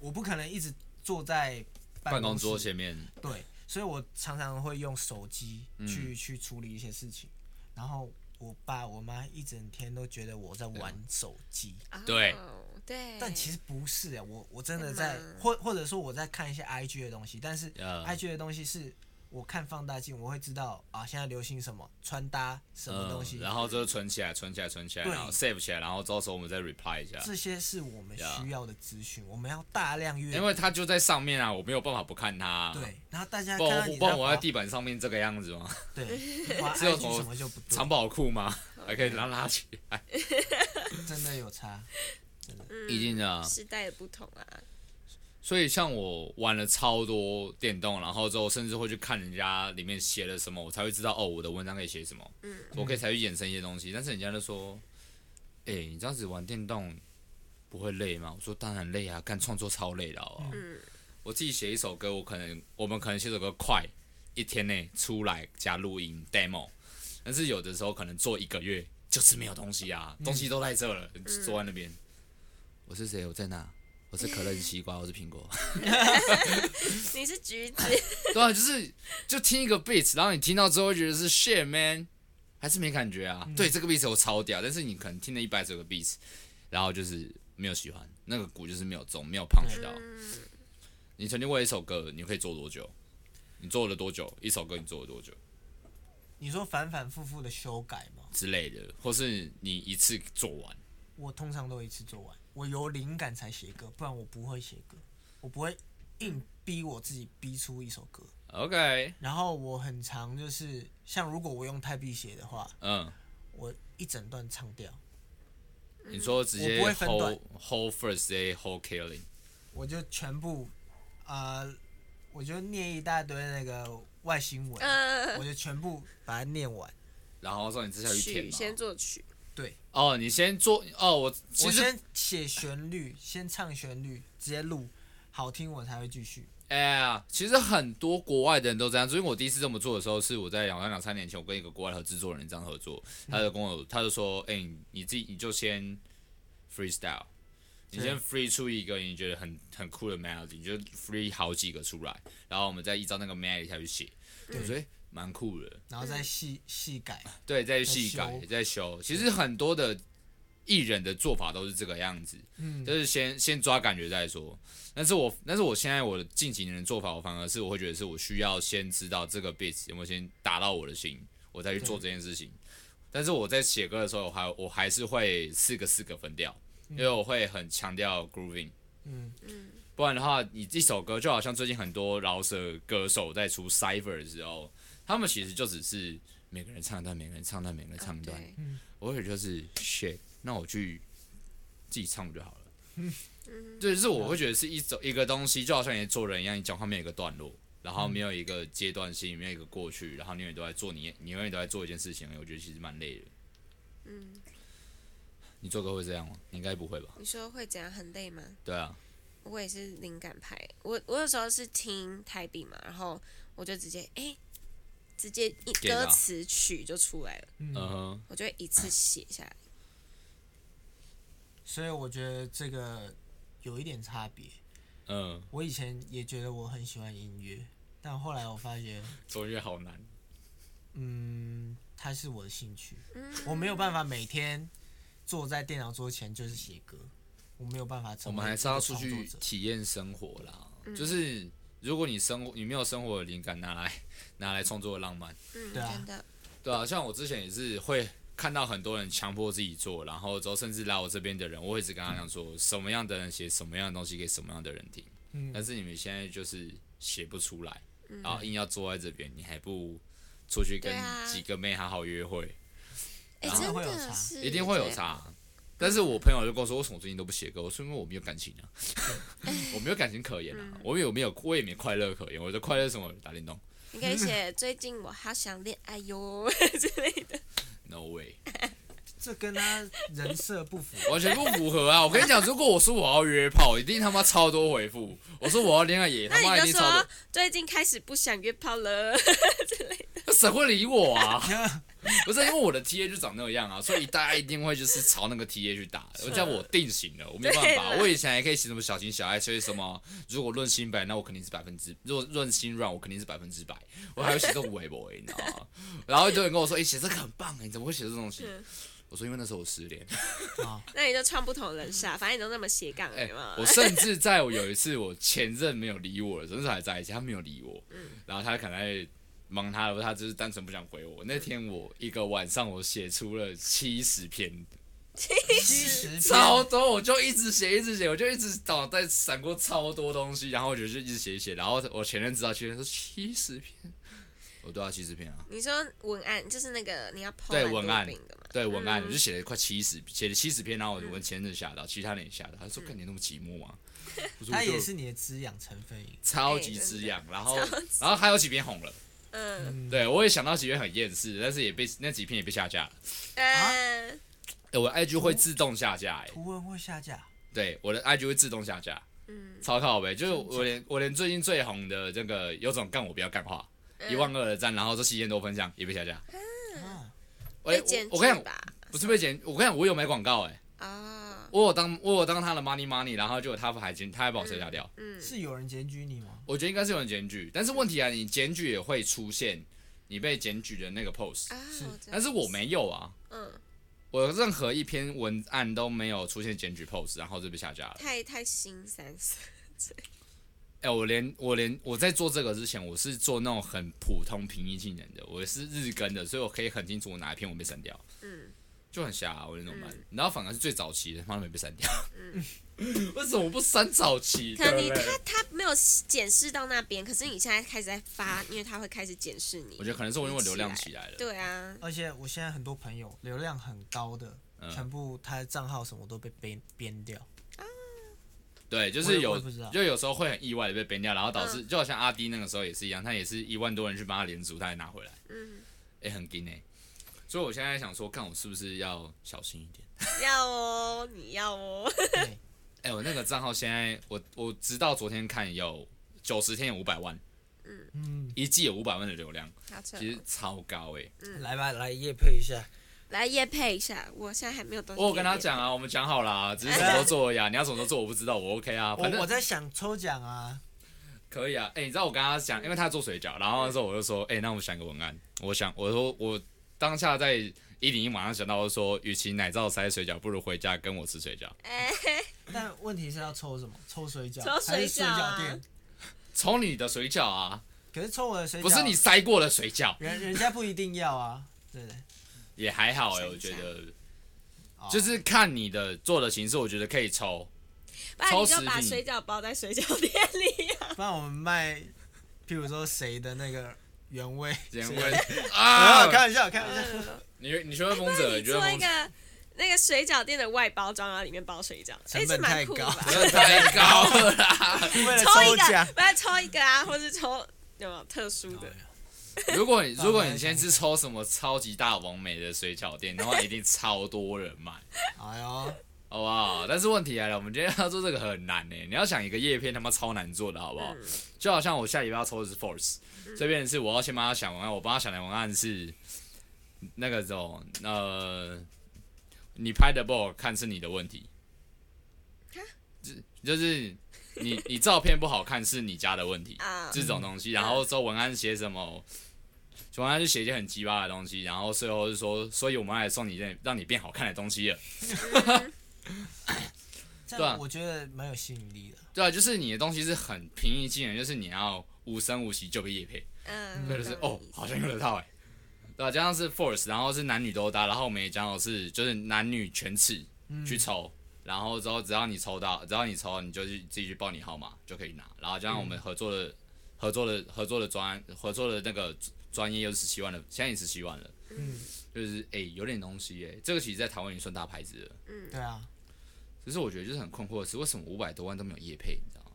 [SPEAKER 2] 我不可能一直坐在
[SPEAKER 1] 办公
[SPEAKER 2] 室
[SPEAKER 1] 桌前面，
[SPEAKER 2] 对，所以我常常会用手机
[SPEAKER 1] 嗯
[SPEAKER 2] 去、去处理一些事情，然后我爸我妈一整天都觉得我在
[SPEAKER 1] 哎
[SPEAKER 2] 玩手机，
[SPEAKER 1] 对
[SPEAKER 3] 哦对，
[SPEAKER 2] 但其实不是啊，我我真的
[SPEAKER 3] 在
[SPEAKER 2] 在
[SPEAKER 3] 忙
[SPEAKER 2] 或或者说我在看一些 IG 的东西，但是
[SPEAKER 1] 呃
[SPEAKER 2] IG 的东西是我看放大镜，我会知道啊，现在流行什么穿搭什么东西，
[SPEAKER 1] 嗯，然后就是存起来，存起来，存起来，
[SPEAKER 2] 对
[SPEAKER 1] 然后 save 起来，然后到时候我们再 reply 一下，
[SPEAKER 2] 这些是我们
[SPEAKER 1] Yeah
[SPEAKER 2] 需要的资讯，我们要大量阅
[SPEAKER 1] 因
[SPEAKER 2] 读。
[SPEAKER 1] 为它就在上面啊，我没有办法不看它、啊。，
[SPEAKER 2] 对，然后大家
[SPEAKER 1] 不
[SPEAKER 2] 看
[SPEAKER 1] 然
[SPEAKER 2] 到
[SPEAKER 1] 我
[SPEAKER 2] 你
[SPEAKER 1] 不然我
[SPEAKER 2] 滑
[SPEAKER 1] 在地板上面这个样子吗？
[SPEAKER 2] 对滑
[SPEAKER 1] 只有
[SPEAKER 2] IG
[SPEAKER 1] 从
[SPEAKER 2] 什么就不对嗯
[SPEAKER 1] 藏，宝库吗？还可以让它拉起来，
[SPEAKER 2] 真的有差。
[SPEAKER 1] 一定的啊。
[SPEAKER 3] 时代也不同啊，
[SPEAKER 1] 所以像我玩了超多电动，然后之后甚至会去看人家里面写了什么，我才会知道哦，我的文章可以写什么，
[SPEAKER 3] 嗯
[SPEAKER 1] 我可以才去衍生一些东西。但是人家就说，哎、你这样子玩电动不会累吗？我说当然累啊，干创作超累的好不好
[SPEAKER 3] 嗯
[SPEAKER 1] 我自己写一首歌，我可能我们可能写首歌快一天内出来加录音 demo，但是有的时候可能做一个月就是没有东西啊，东西都在这了，就坐在那边。我是谁？我在哪？我是可乐，是西瓜，我是苹果。
[SPEAKER 3] 你是橘子，
[SPEAKER 1] 对啊，就是就听一个 beat，然后你听到之后会觉得是 shit man，还是没感觉啊。
[SPEAKER 2] 嗯
[SPEAKER 1] 对，这个 beat 我超屌，但是你可能听了一百首个 beat，然后就是没有喜欢，那个鼓就是没有中，没有 punch 到。
[SPEAKER 3] 嗯，
[SPEAKER 1] 你曾经为一首歌，你可以做多久？你做了多久？一首歌你做了多久
[SPEAKER 2] 你说反反复复的修改吗？
[SPEAKER 1] 之类的，或是你一次做完？
[SPEAKER 2] 我通常都一次做完，我有灵感才写歌，不然我不会写歌，我不会硬逼我自己逼出一首歌。
[SPEAKER 1] OK，
[SPEAKER 2] 然后我很常就是，像如果我用泰币写的话，
[SPEAKER 1] 嗯，
[SPEAKER 2] 我一整段唱掉，
[SPEAKER 1] 你说直接
[SPEAKER 2] 嗯我不会分
[SPEAKER 1] whole
[SPEAKER 2] 段
[SPEAKER 1] whole first day whole killing，
[SPEAKER 2] 我就全部，啊，我就念一大堆那个外星文，
[SPEAKER 1] 嗯
[SPEAKER 3] 呃
[SPEAKER 2] 我就全部把它念完。
[SPEAKER 1] 然后说你接下去填
[SPEAKER 3] 曲先啊
[SPEAKER 1] 嘛？
[SPEAKER 3] 作曲，
[SPEAKER 2] 对，
[SPEAKER 1] 哦，你先做哦，我其
[SPEAKER 2] 我
[SPEAKER 1] 实
[SPEAKER 2] 先写旋律，先唱旋律，直接录，好听我才会继续。
[SPEAKER 1] 哎呀，其实很多国外的人都这样。因为我第一次这么做的时候，是我在两三两三年前，我跟一个国外的制作人这样合作，他就跟我，他就说，哎、你你自己你就先 freestyle，你先 free 出一个你觉得很很酷的 melody，你就 free 好几个出来，然后我们再依照那个 melody 下去写。我觉得哎蛮酷的，
[SPEAKER 2] 然后再细
[SPEAKER 1] 嗯
[SPEAKER 2] 细改，
[SPEAKER 1] 对，再去细
[SPEAKER 2] 再
[SPEAKER 1] 改，
[SPEAKER 2] 修
[SPEAKER 1] 再修。其实很多的艺人的做法都是这个样子，
[SPEAKER 2] 嗯
[SPEAKER 1] 就是先先抓感觉再说。但是我但是我现在我的近几年的做法，我反而是我会觉得是我需要先知道这个 beat 有没有先打到我的心，我再去做这件事情。但是我在写歌的时候，我还我还是会四个四个分调，因为我会很强调 grooving。
[SPEAKER 2] 嗯
[SPEAKER 1] 不然的话，你一首歌就好像最近很多饶舌歌手在出 cipher 的时候，他们其实就只是每个人唱一段，每个人唱一段，每个人唱一段。
[SPEAKER 3] 对，
[SPEAKER 1] 我会就是 shit，那我去自己唱不就
[SPEAKER 3] [laughs]
[SPEAKER 1] 好了？
[SPEAKER 3] 嗯
[SPEAKER 1] 对，就是我会觉得是一种一个东西，就好像你做人一样，你讲话没有一个段落，然后没有一个阶段性，没有一个过去，然后你永远都在做你，你永远都在做一件事情，我觉得其实蛮累的。
[SPEAKER 3] 嗯，
[SPEAKER 1] 你做歌会这样吗？你应该不会吧？
[SPEAKER 3] 你说会怎样？很累吗？
[SPEAKER 1] 对啊，
[SPEAKER 3] 我也是灵感派，我我有时候是听台币嘛，然后我就直接哎、直接一
[SPEAKER 1] Get 到
[SPEAKER 3] 歌词曲就出来了，
[SPEAKER 1] 嗯哼，
[SPEAKER 3] 我就会一次写下来。
[SPEAKER 2] 所以我觉得这个有一点差别。
[SPEAKER 1] 嗯，
[SPEAKER 2] 我以前也觉得我很喜欢音乐，但后来我发觉，
[SPEAKER 1] 做音乐好难。
[SPEAKER 2] 嗯，它是我的兴趣，
[SPEAKER 3] 嗯
[SPEAKER 2] 我没有办法每天坐在电脑桌前就是写歌，我没有办法
[SPEAKER 1] 我
[SPEAKER 2] 成为
[SPEAKER 1] 们还是要出
[SPEAKER 2] 一个
[SPEAKER 1] 去
[SPEAKER 2] 创作者
[SPEAKER 1] 体验生活啦。
[SPEAKER 3] 嗯
[SPEAKER 1] 就是如果你生活你没有生活的灵感，拿来拿来创作浪漫，
[SPEAKER 3] 嗯，
[SPEAKER 2] 对啊
[SPEAKER 3] 真的，
[SPEAKER 1] 对啊，像我之前也是会看到很多人强迫自己做，然后之后甚至来我这边的人，我会一直跟他讲说，什么样的人写什么样的东西给什么样的人听。
[SPEAKER 2] 嗯，
[SPEAKER 1] 但是你们现在就是写不出来，然后硬要坐在这边，你还不如出去跟
[SPEAKER 3] 嗯对啊
[SPEAKER 1] 几个妹好好约会，
[SPEAKER 2] 啊
[SPEAKER 3] 哎、
[SPEAKER 2] 然后
[SPEAKER 3] 真
[SPEAKER 2] 会有
[SPEAKER 3] 的
[SPEAKER 2] 差
[SPEAKER 3] 是
[SPEAKER 1] 一定会有
[SPEAKER 3] 这样。
[SPEAKER 1] 差。但是我朋友就跟我说，为什么我最近都不写歌？我说因为我没有感情啊， [laughs] 我没有感情可言
[SPEAKER 3] 嗯
[SPEAKER 1] 啊，我也没有，我也没快乐可言。我的快乐是什么？打电动
[SPEAKER 3] 你可以写最近我好想恋爱哟 [laughs] 之类的。
[SPEAKER 1] ？No way，
[SPEAKER 2] 这跟他人设不符。
[SPEAKER 1] 完全不符合啊！我跟你讲，如果我说我要约炮，一定他妈超多回复；我说我要恋爱也
[SPEAKER 3] 那
[SPEAKER 1] 他妈一
[SPEAKER 3] 你
[SPEAKER 1] 定
[SPEAKER 3] 就
[SPEAKER 1] 超多
[SPEAKER 3] 说，啊最近开始不想约炮了。
[SPEAKER 1] 那 [laughs] 谁会理我啊？不是因为我的 TA 就长那样啊，所以大家一定会就是朝那个 TA 去打。我叫我定型了，我没办法。
[SPEAKER 3] 对啦
[SPEAKER 1] 我以前还可以写什么小情小爱，所以什么如果论心白，那我肯定是百分之；如果论心软，我肯定是百分之百。我还会写这种微博，你知道吗？然后就有人跟我说：“哎、写这个很棒哎、你怎么会写这种东西
[SPEAKER 3] 嗯？”
[SPEAKER 1] 我说：“因为那时候我失恋。
[SPEAKER 3] 那你就穿不同人设啊，反正你都那么斜杠
[SPEAKER 1] 嗯哎、
[SPEAKER 3] 了嘛。
[SPEAKER 1] 我甚至在我有一次我前任没有理我的时候，那时候还在一起，他没有理我，然后他可能在忙他了，他只是单纯不想回我。那天我一个晚上，我写出了七十篇，
[SPEAKER 2] 七十
[SPEAKER 1] 超多，我就一直写，一直写，我就一直脑袋闪过超多东西，然后我就就一直写一写，然后我前任知道，前任说七十篇，我都要七十篇啊，
[SPEAKER 3] 你说文案就是那个你要抛
[SPEAKER 1] 对
[SPEAKER 3] 蛮多
[SPEAKER 1] 文案
[SPEAKER 3] 饼的嘛？
[SPEAKER 1] 对文案，我就写了快七十，写了七十篇，然后我我前任吓到，其他人也吓到，他说：“看你那么寂寞啊。”我说
[SPEAKER 2] 它
[SPEAKER 1] 我就
[SPEAKER 2] 也是你的滋养成分饮。
[SPEAKER 1] 超级滋养，然后然后还有几篇红了，
[SPEAKER 3] 嗯，
[SPEAKER 1] 对我也想到几篇很厌世，但是也被那几篇也被下架了。
[SPEAKER 3] 呃，
[SPEAKER 1] 哎，我的 IG 会自动下架，哎，
[SPEAKER 2] 图文会下架，
[SPEAKER 1] 对，我的 IG 会自动下架，
[SPEAKER 3] 嗯，
[SPEAKER 1] 超靠呗，就是我连我连最近最红的这个有种干我不要干话，
[SPEAKER 3] 嗯
[SPEAKER 1] 一万二的赞，然后这七千多分享也被下架。
[SPEAKER 2] 啊，
[SPEAKER 1] 哎
[SPEAKER 3] 被剪
[SPEAKER 1] 我我跟你讲，
[SPEAKER 3] 辑吧？
[SPEAKER 1] 不是被剪，我跟你讲，我有买广告哎，
[SPEAKER 3] 啊，
[SPEAKER 1] 我有当我有当他的 money money，然后结果他还检，他还把我下架掉。
[SPEAKER 3] 嗯，
[SPEAKER 2] 是有人检举你吗？
[SPEAKER 1] 我觉得应该是有人检举，但是问题啊，你检举也会出现你被检举的那个 post，
[SPEAKER 3] 啊，我知道
[SPEAKER 1] 但是我，没有啊。
[SPEAKER 3] 嗯，
[SPEAKER 1] 我任何一篇文案都没有出现检举 post，然后就被下架了。
[SPEAKER 3] 太太新三色，
[SPEAKER 1] 哎、我连我连我在做这个之前，我是做那种很普通平易近人的，我是日更的，所以我可以很清楚我哪一篇我被删掉，
[SPEAKER 3] 嗯，
[SPEAKER 1] 就很瞎、啊，我那种班。然后反而是最早期的，他妈没被删掉。 [laughs] 为什么不删早期
[SPEAKER 3] 嗯可
[SPEAKER 1] 的
[SPEAKER 3] 能你
[SPEAKER 1] 嘞？
[SPEAKER 3] 他他没有检视到那边，可是你现在开始在发，因为他会开始检视你。
[SPEAKER 1] 我觉得可能是我因为流量起
[SPEAKER 3] 来。
[SPEAKER 1] 来了，
[SPEAKER 3] 对啊，
[SPEAKER 2] 而且我现在很多朋友流量很高的，
[SPEAKER 1] 嗯
[SPEAKER 2] 全部他的账号什么都被编编掉。
[SPEAKER 1] 对，就
[SPEAKER 2] 我
[SPEAKER 1] 是
[SPEAKER 2] 也
[SPEAKER 1] 有
[SPEAKER 2] 我也不知道
[SPEAKER 1] 就有时候会很意外的被 ban 掉，然后导致、就好像阿迪那个时候也是一样，他也是一万多人去帮他连足，他还拿回来，
[SPEAKER 3] 嗯，
[SPEAKER 1] 哎、很劲哎、所以我现在想说，看我是不是要小心一点。
[SPEAKER 3] 要哦，你要哦， [laughs]
[SPEAKER 2] 对，
[SPEAKER 1] 哎、我那个账号现在，我我直到昨天看有九十天有五百万，
[SPEAKER 2] 嗯，
[SPEAKER 1] 一季有五百万的流量，
[SPEAKER 3] 好扯哦。
[SPEAKER 1] 其实超高哎、
[SPEAKER 2] 来吧，来夜配一下。
[SPEAKER 3] 来夜配一下，我现在还没有东西。
[SPEAKER 1] 我有跟他，讲啊，我们讲好啦，只是什么时候做而已啊，你要什么时候做我不知道，我 OK 啊，
[SPEAKER 2] 我
[SPEAKER 1] 反
[SPEAKER 2] 我
[SPEAKER 1] 正
[SPEAKER 2] 在想抽奖啊，
[SPEAKER 1] 可以啊。哎、你知道我跟他讲，因为他做水饺，然后那时候我就说，哎、那我们想一个文案，我想我说我当下在一零一马上想到说，与其奶罩塞水饺，不如回家跟我吃水饺。
[SPEAKER 3] 哎，
[SPEAKER 2] 但问题是要抽什么？抽水饺，
[SPEAKER 3] 抽水饺啊
[SPEAKER 2] 还是水饺店？
[SPEAKER 1] 抽你的水饺啊，
[SPEAKER 2] 可是抽我的水饺，
[SPEAKER 1] 不是你塞过的水饺，
[SPEAKER 2] 人人家不一定要啊，对不对？
[SPEAKER 1] 也还好哎、
[SPEAKER 3] 想一
[SPEAKER 1] 我觉
[SPEAKER 3] 下
[SPEAKER 1] 得
[SPEAKER 2] 哦
[SPEAKER 1] 就是看你的做的形式，我觉得可以抽。
[SPEAKER 3] 不然你
[SPEAKER 1] 超
[SPEAKER 3] 就
[SPEAKER 1] 时
[SPEAKER 3] 把
[SPEAKER 1] 令
[SPEAKER 3] 水饺包在水饺店里
[SPEAKER 1] [laughs]
[SPEAKER 3] 啊。
[SPEAKER 2] 不然我们卖，譬如说谁的那个原味，
[SPEAKER 1] 简
[SPEAKER 2] 谁
[SPEAKER 1] 问
[SPEAKER 2] [laughs] 的
[SPEAKER 1] [laughs] 啊
[SPEAKER 2] 啊，开玩笑，开玩笑，
[SPEAKER 1] 你你学会
[SPEAKER 3] 不
[SPEAKER 1] 风
[SPEAKER 3] 然
[SPEAKER 1] 者，
[SPEAKER 3] 你
[SPEAKER 1] 你觉得
[SPEAKER 3] 做一
[SPEAKER 1] 风者
[SPEAKER 3] 个那个水饺店的外包装，然后里面包水饺，哎，
[SPEAKER 2] 成
[SPEAKER 3] 这
[SPEAKER 2] 本
[SPEAKER 3] 蛮
[SPEAKER 2] 太
[SPEAKER 3] 酷的
[SPEAKER 2] 高
[SPEAKER 3] 吧？
[SPEAKER 1] 真的太高了
[SPEAKER 2] [laughs]
[SPEAKER 1] 啦！
[SPEAKER 2] 为了
[SPEAKER 3] 嗯抽一
[SPEAKER 2] 抽
[SPEAKER 3] 个
[SPEAKER 2] 奖，，
[SPEAKER 3] 不然抽一个啊，或是抽有没有特殊
[SPEAKER 1] 哦
[SPEAKER 3] 的？
[SPEAKER 1] 如果你如果你先是抽什么超级大王美的水饺店的话，一定超多人买，
[SPEAKER 2] 哎呦，
[SPEAKER 1] 好不好？但是问题来了，我们今天要做这个很难呢、你要想一个叶片他妈超难做的，好不
[SPEAKER 3] 嗯
[SPEAKER 1] 好？就好像我下礼拜要抽的是 Force，这边是我要先帮他想文案，我帮他想的文案是那个种呃，你拍的不好看是你的问题
[SPEAKER 3] 哈，
[SPEAKER 1] 就就是你你照片不好看是你家的问题
[SPEAKER 3] 啊
[SPEAKER 1] 这种东西，然后之后文案写什么，文案就写一些很鸡巴的东西，然后最后就说，所以我们来送你让让你变好看的东西了，
[SPEAKER 2] 这
[SPEAKER 1] 对啊
[SPEAKER 2] 样我觉得蛮有吸引力的。
[SPEAKER 1] 对啊，就是你的东西是很平易近人，就是你要无声无息就被叶配。
[SPEAKER 3] 嗯，
[SPEAKER 1] 对，就是
[SPEAKER 3] 懂
[SPEAKER 1] 哦
[SPEAKER 3] 你意，思
[SPEAKER 1] 好像有得到哎、对、啊，加上是 force，然后是男女都搭，然后我们也讲好是就是男女全尺去抽，然后之后只要你抽到，只要你抽到，你就去自己去报你号码就可以拿。然后加上我们合作的、合作的合作的专案合作的那个专业又是十七万了，现在也十七万了，
[SPEAKER 2] 嗯，
[SPEAKER 1] 就是哎、有点东西哎、这个其实在台湾也算大牌子了。
[SPEAKER 2] 对啊，
[SPEAKER 1] 只是我觉得就是很困惑的是，为什么五百多万都没有业配，你知道吗？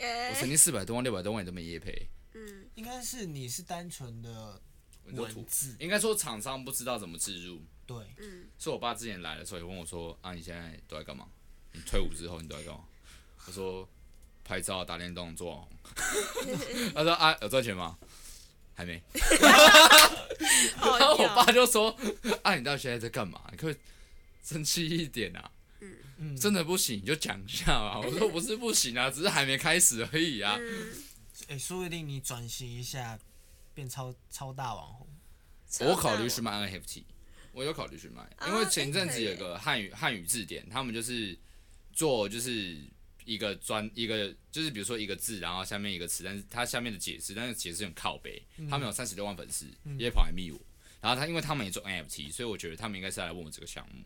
[SPEAKER 1] 我曾
[SPEAKER 3] 哎，
[SPEAKER 1] 经四百多万、六百多万也都没业配，
[SPEAKER 3] 嗯
[SPEAKER 2] 应该是你是单纯的
[SPEAKER 1] 我就吐
[SPEAKER 2] 文字，
[SPEAKER 1] 应该说厂商不知道怎么植入。
[SPEAKER 2] 对，
[SPEAKER 1] [laughs]
[SPEAKER 3] 嗯，
[SPEAKER 1] 是我爸之前来的时候也问我说：“啊，你现在都在干嘛？你退伍之后你都在干嘛？”我说：“拍照、打电动、做网红。”他说：“啊，有赚钱吗？”还没。[laughs]
[SPEAKER 3] 好
[SPEAKER 1] 然后我
[SPEAKER 3] 屌
[SPEAKER 1] 爸就说：“啊，你到底现在在干嘛？你可不可以争气一点啊！
[SPEAKER 2] 嗯，
[SPEAKER 1] 真的不行你就讲一下嘛。”我说：“不是不行啊，只是还没开始而已啊。
[SPEAKER 3] 嗯
[SPEAKER 2] 哎，说不定你转型一下，变超超大网红，
[SPEAKER 1] 我考虑去卖 NFT，我有考虑去卖，因为
[SPEAKER 3] 哦
[SPEAKER 1] 前
[SPEAKER 3] 哎
[SPEAKER 1] 阵
[SPEAKER 3] 可
[SPEAKER 1] 子
[SPEAKER 3] 以
[SPEAKER 1] 有个汉语汉语字典，他们就是做就是一个专一个，就是比如说一个字，然后下面一个词，但是他下面的解释，但是解释很靠背。他们有三十六万粉丝，也跑来密我，然后他因为他们也做 NFT，所以我觉得他们应该是来问我这个项目，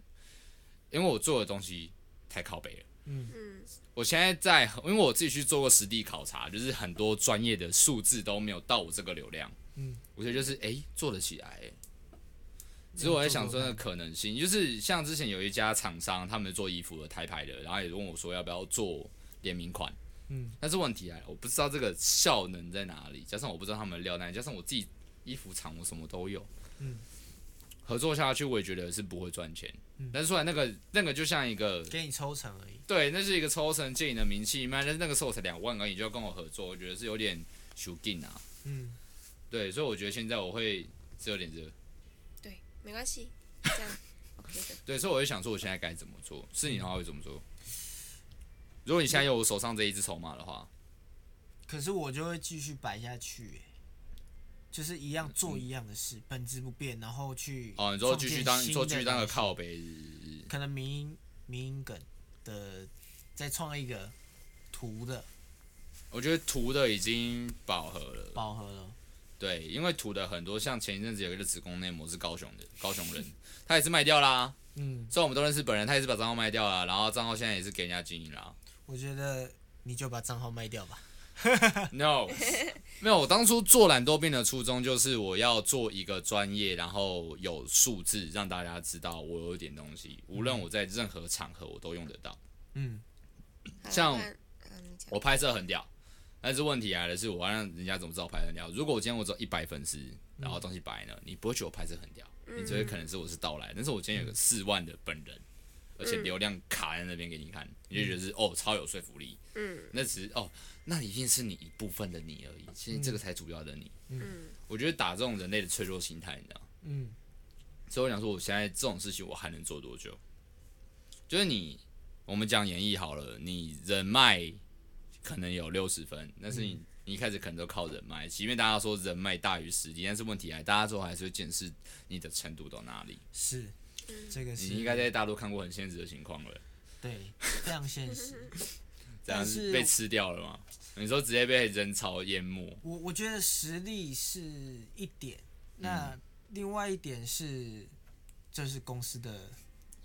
[SPEAKER 1] 因为我做的东西太靠背了。
[SPEAKER 3] 嗯
[SPEAKER 1] 我现在在，因为我自己去做过实地考察，就是很多专业的数字都没有到我这个流量。
[SPEAKER 2] 嗯，
[SPEAKER 1] 我觉得就是哎、诶做得起来、诶只是我在想说的可能性，就是像之前有一家厂商，他们做衣服的台牌的，然后也问我说要不要做联名款。
[SPEAKER 2] 嗯，
[SPEAKER 1] 但是问题来了，我不知道这个效能在哪里，加上我不知道他们的料单，加上我自己衣服厂我什么都有。
[SPEAKER 2] 嗯，
[SPEAKER 1] 合作下去我也觉得是不会赚钱。
[SPEAKER 2] 嗯
[SPEAKER 1] 但是出来那个那个就像一个
[SPEAKER 2] 给你抽成而已。
[SPEAKER 1] 对，那是一个抽成借你的名气卖，但是那个时候我才两万而已，就要跟我合作，我觉得是有点输劲啊。
[SPEAKER 2] 嗯，
[SPEAKER 1] 对，所以我觉得现在我会是有点热，
[SPEAKER 3] 对，没关系，这样
[SPEAKER 1] [laughs]
[SPEAKER 3] OK 的。
[SPEAKER 1] 对，所以我就想说我现在该怎么做。是你的话会怎么做？如果你现在有我手上这一只筹码的话，
[SPEAKER 2] 可是我就会继续摆下去、欸就是一样做一样的事，本质不变，然后去
[SPEAKER 1] 哦，你说继续当，
[SPEAKER 2] 创建
[SPEAKER 1] 你
[SPEAKER 2] 新
[SPEAKER 1] 说
[SPEAKER 2] 的
[SPEAKER 1] 继续当个
[SPEAKER 2] 东西
[SPEAKER 1] 靠背，嗯
[SPEAKER 2] 可能民音民音梗的，再创一个图的
[SPEAKER 1] 我觉得图的已经饱和了。
[SPEAKER 2] 饱和了。
[SPEAKER 1] 对，因为图的很多，像前一阵子有一个子宫内膜是高雄的，高雄人，他也是卖掉啦。
[SPEAKER 2] 嗯，
[SPEAKER 1] 虽然我们都认识本人，他也是把账号卖掉啦，然后账号现在也是给人家经营啦。
[SPEAKER 2] 我觉得你就把账号卖掉吧。
[SPEAKER 1] [laughs] No，没有。我当初做懒惰病的初衷就是我要做一个专业，然后有数字让大家知道我有一点东西，无论我在任何场合我都用得到。
[SPEAKER 2] 嗯，
[SPEAKER 3] 好
[SPEAKER 1] 像
[SPEAKER 3] 那啊你讲
[SPEAKER 1] 我拍摄很屌，但是问题来了，是我要让人家怎么知道我拍得很屌？如果我今天我只有一百粉丝，然后东西白呢，你不会觉得我拍摄很屌，你只会可能是我是到来，但是我今天有个四万的本人。而且流量卡在那边给你看，你就觉得是哦，超有说服力。
[SPEAKER 3] 嗯
[SPEAKER 1] 那只是哦，那一定是你一部分的你而已，其实这个才主要的你。
[SPEAKER 3] 嗯
[SPEAKER 1] 我觉得打这种人类的脆弱心态，你知道吗？
[SPEAKER 2] 嗯
[SPEAKER 1] 所以我想说，我现在这种事情我还能做多久？就是你，我们讲演绎好了，你人脉可能有六十分，但是你、
[SPEAKER 2] 嗯
[SPEAKER 1] 你一开始可能都靠人脉，即便大家说人脉大于实力，但是问题来，大家最后还是会检视你的程度到哪里。
[SPEAKER 2] 是，这个
[SPEAKER 1] 你
[SPEAKER 2] 是
[SPEAKER 1] 应该在大陆看过很现实的情况了，
[SPEAKER 2] 对非常现实。
[SPEAKER 1] 这样
[SPEAKER 2] 但是
[SPEAKER 1] 子被吃掉了吗？你说直接被人潮淹没，
[SPEAKER 2] 我我觉得实力是一点，那另外一点是就是公司的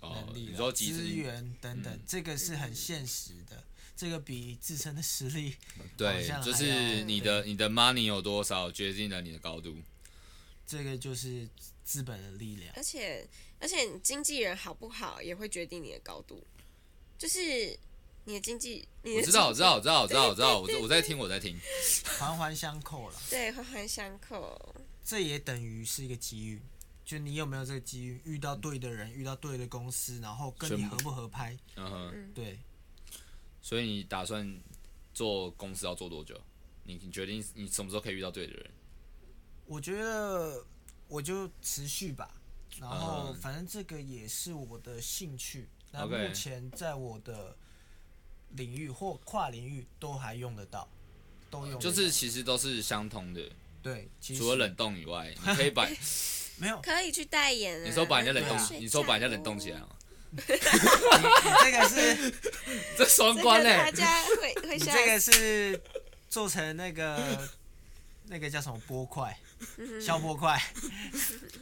[SPEAKER 1] 哦
[SPEAKER 2] 能，力
[SPEAKER 1] 你
[SPEAKER 2] 啦、
[SPEAKER 1] 说集
[SPEAKER 2] 资
[SPEAKER 1] 资
[SPEAKER 2] 源等
[SPEAKER 1] 嗯
[SPEAKER 2] 等，这个是很现实的。这个比自身的实力，好
[SPEAKER 1] 对
[SPEAKER 2] 像，
[SPEAKER 1] 就
[SPEAKER 2] 还
[SPEAKER 1] 是
[SPEAKER 2] 要
[SPEAKER 1] 你的你的 money 有多少，决定了你的高度。
[SPEAKER 2] 这个就是资本的力量。
[SPEAKER 3] 而且而且你经纪人好不好也会决定你的高度，就是你的经纪，你的
[SPEAKER 1] 我知道，我
[SPEAKER 3] 经
[SPEAKER 1] 知道，我知道，我知道，我知道，我在我在听，我在听。
[SPEAKER 2] 环环相扣了，
[SPEAKER 3] 对环环相扣，
[SPEAKER 2] 这也等于是一个机遇，就你有没有这个机遇，遇到对的人，遇到对的公司，然后跟你
[SPEAKER 1] 全部
[SPEAKER 2] 合不合拍，
[SPEAKER 1] 嗯哼，
[SPEAKER 2] 对，
[SPEAKER 1] 所以你打算做公司要做多久？你你决定你什么时候可以遇到对的人？
[SPEAKER 2] 我觉得我就持续吧，然后
[SPEAKER 1] 嗯
[SPEAKER 2] 反正这个也是我的兴趣，那
[SPEAKER 1] OK
[SPEAKER 2] 目前在我的领域或跨领域都还用得到，都用得到
[SPEAKER 1] 就是其实都是相通的，
[SPEAKER 2] 对，其实
[SPEAKER 1] 除了冷冻以外，你可以把
[SPEAKER 2] 没
[SPEAKER 3] [laughs]
[SPEAKER 2] 有，
[SPEAKER 3] 可以去代言啊。
[SPEAKER 1] 你说把人家冷
[SPEAKER 2] 对啊
[SPEAKER 1] 冻，你说把人家冷冻起来啊嘛，
[SPEAKER 2] 你这个是
[SPEAKER 1] 这双
[SPEAKER 3] 这
[SPEAKER 1] 关
[SPEAKER 3] 个
[SPEAKER 1] 呢？
[SPEAKER 3] 大家会会
[SPEAKER 2] 你
[SPEAKER 3] 像
[SPEAKER 2] 这个是做成那个那个叫什么波块， [laughs] 消波块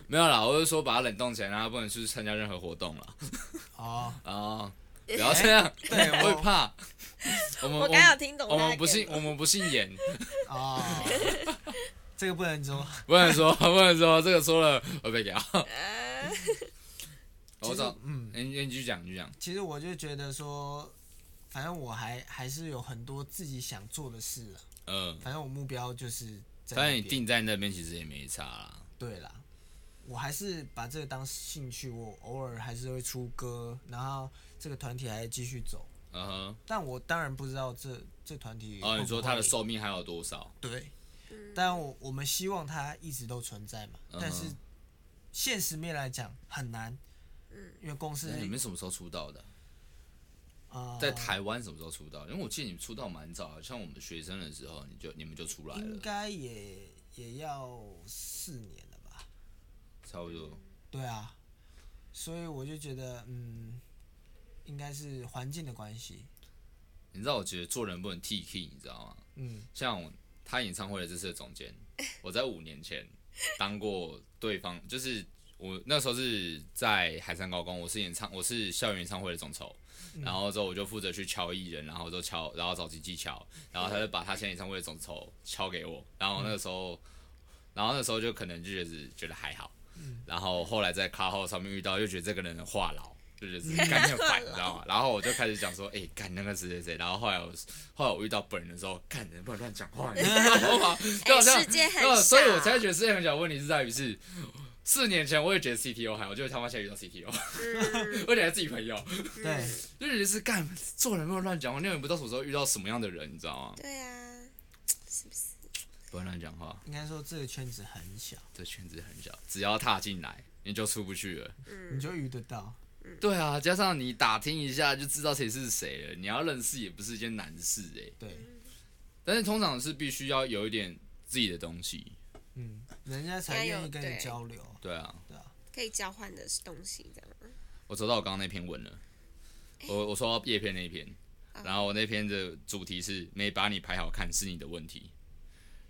[SPEAKER 1] 没有啦，我是说把它冷冻起来，然后不能去参加任何活动了。
[SPEAKER 2] 哦，
[SPEAKER 1] 啊，不要这样，
[SPEAKER 2] 对
[SPEAKER 1] [laughs] 我会
[SPEAKER 2] 我
[SPEAKER 1] 怕。我们
[SPEAKER 3] 我
[SPEAKER 1] 我
[SPEAKER 3] 刚好
[SPEAKER 1] 们
[SPEAKER 3] 听懂
[SPEAKER 1] 我
[SPEAKER 3] 他的梗了，
[SPEAKER 1] 们不信我们不信演，
[SPEAKER 2] 哦，这个不能说。
[SPEAKER 1] 不能说 [laughs] 不能说这个说了会被咬。
[SPEAKER 3] 啊，
[SPEAKER 1] 嗯我
[SPEAKER 2] 其实
[SPEAKER 1] 找，
[SPEAKER 2] 嗯，
[SPEAKER 1] 你你继续讲，你继续讲。
[SPEAKER 2] 其实我就觉得说，反正我还还是有很多自己想做的事了。
[SPEAKER 1] 嗯，
[SPEAKER 2] 反正我目标就是在
[SPEAKER 1] 但
[SPEAKER 2] 那
[SPEAKER 1] 是你
[SPEAKER 2] 边。
[SPEAKER 1] 定在那边其实也没差啦。
[SPEAKER 2] 对啦，我还是把这个当兴趣，我偶尔还是会出歌，然后这个团体还继续走。
[SPEAKER 1] 嗯哼，
[SPEAKER 2] 但我当然不知道这这团体
[SPEAKER 1] 哦，
[SPEAKER 2] 会
[SPEAKER 1] 你
[SPEAKER 2] 不
[SPEAKER 1] 说它
[SPEAKER 2] 会
[SPEAKER 1] 的寿命还有多少？
[SPEAKER 2] 对，
[SPEAKER 3] 嗯
[SPEAKER 2] 但我我们希望它一直都存在嘛。但是
[SPEAKER 1] 嗯哼
[SPEAKER 2] 现实面来讲很难，
[SPEAKER 3] 嗯
[SPEAKER 2] 因为公司
[SPEAKER 1] 那你们什么时候出道的？
[SPEAKER 2] 啊
[SPEAKER 1] 在台湾什么时候出道？因为我记得你们出道蛮早的，像我们学生的时候，你就你们就出来
[SPEAKER 2] 应
[SPEAKER 1] 了，
[SPEAKER 2] 该也也要四年了吧？
[SPEAKER 1] 差不多。
[SPEAKER 2] 对啊，所以我就觉得，嗯，应该是环境的关系。
[SPEAKER 1] 你知道，我觉得做人不能 T K，你知道吗？
[SPEAKER 2] 嗯，
[SPEAKER 1] 像我他演唱会的这次的总监，我在五年前当过对方，就是我那时候是在海山高工，我是演唱，我是校园演唱会的总筹，然后之后我就负责去敲艺人，然后就敲，然后找经纪敲，然后他就把他现在演唱会的总筹敲给我，然后那个时候，然后那时候就可能就觉得觉得还好，然后后来在卡号上面遇到，又觉得这个人很话痨。就觉得干很烦，你知道吗？然后我就开始讲说，哎、干那个谁谁谁。然后后来我后来我遇到本人的时候，干人不能乱讲
[SPEAKER 3] [laughs]
[SPEAKER 1] 话， [laughs] 你知道吗？就好像
[SPEAKER 3] 哎世界哎很
[SPEAKER 1] 那
[SPEAKER 3] 小，
[SPEAKER 1] 啊所以我才觉得世界很小。问题是在于是，四年前我也觉得 CTO 还好，就是他妈现在遇到 [laughs] CTO，
[SPEAKER 3] 嗯
[SPEAKER 1] 而且还自己朋友，
[SPEAKER 2] 对，
[SPEAKER 1] 就觉得是干做人不能乱讲话，你也不知道什么时候遇到什么样的人，你知道吗？
[SPEAKER 3] 对啊，是不是？
[SPEAKER 1] 不能乱讲话，
[SPEAKER 2] 应该说这个圈子很小，
[SPEAKER 1] 这圈子很小，只要踏进来你就出不去了。
[SPEAKER 3] 嗯
[SPEAKER 2] 你就遇得到。
[SPEAKER 1] 对啊，加上你打听一下就知道谁是谁了，你要认识也不是一件难事哎、
[SPEAKER 2] 对，
[SPEAKER 1] 但是通常是必须要有一点自己的东西。
[SPEAKER 2] 嗯，人家才愿意跟
[SPEAKER 3] 应该有
[SPEAKER 2] 你
[SPEAKER 3] 对
[SPEAKER 2] 交流。
[SPEAKER 1] 对啊，
[SPEAKER 3] 可以交换的东西，这样吗
[SPEAKER 1] 我找到我刚刚那篇文了，我我说到叶片那一篇，然后我那篇的主题是没把你拍好看是你的问题，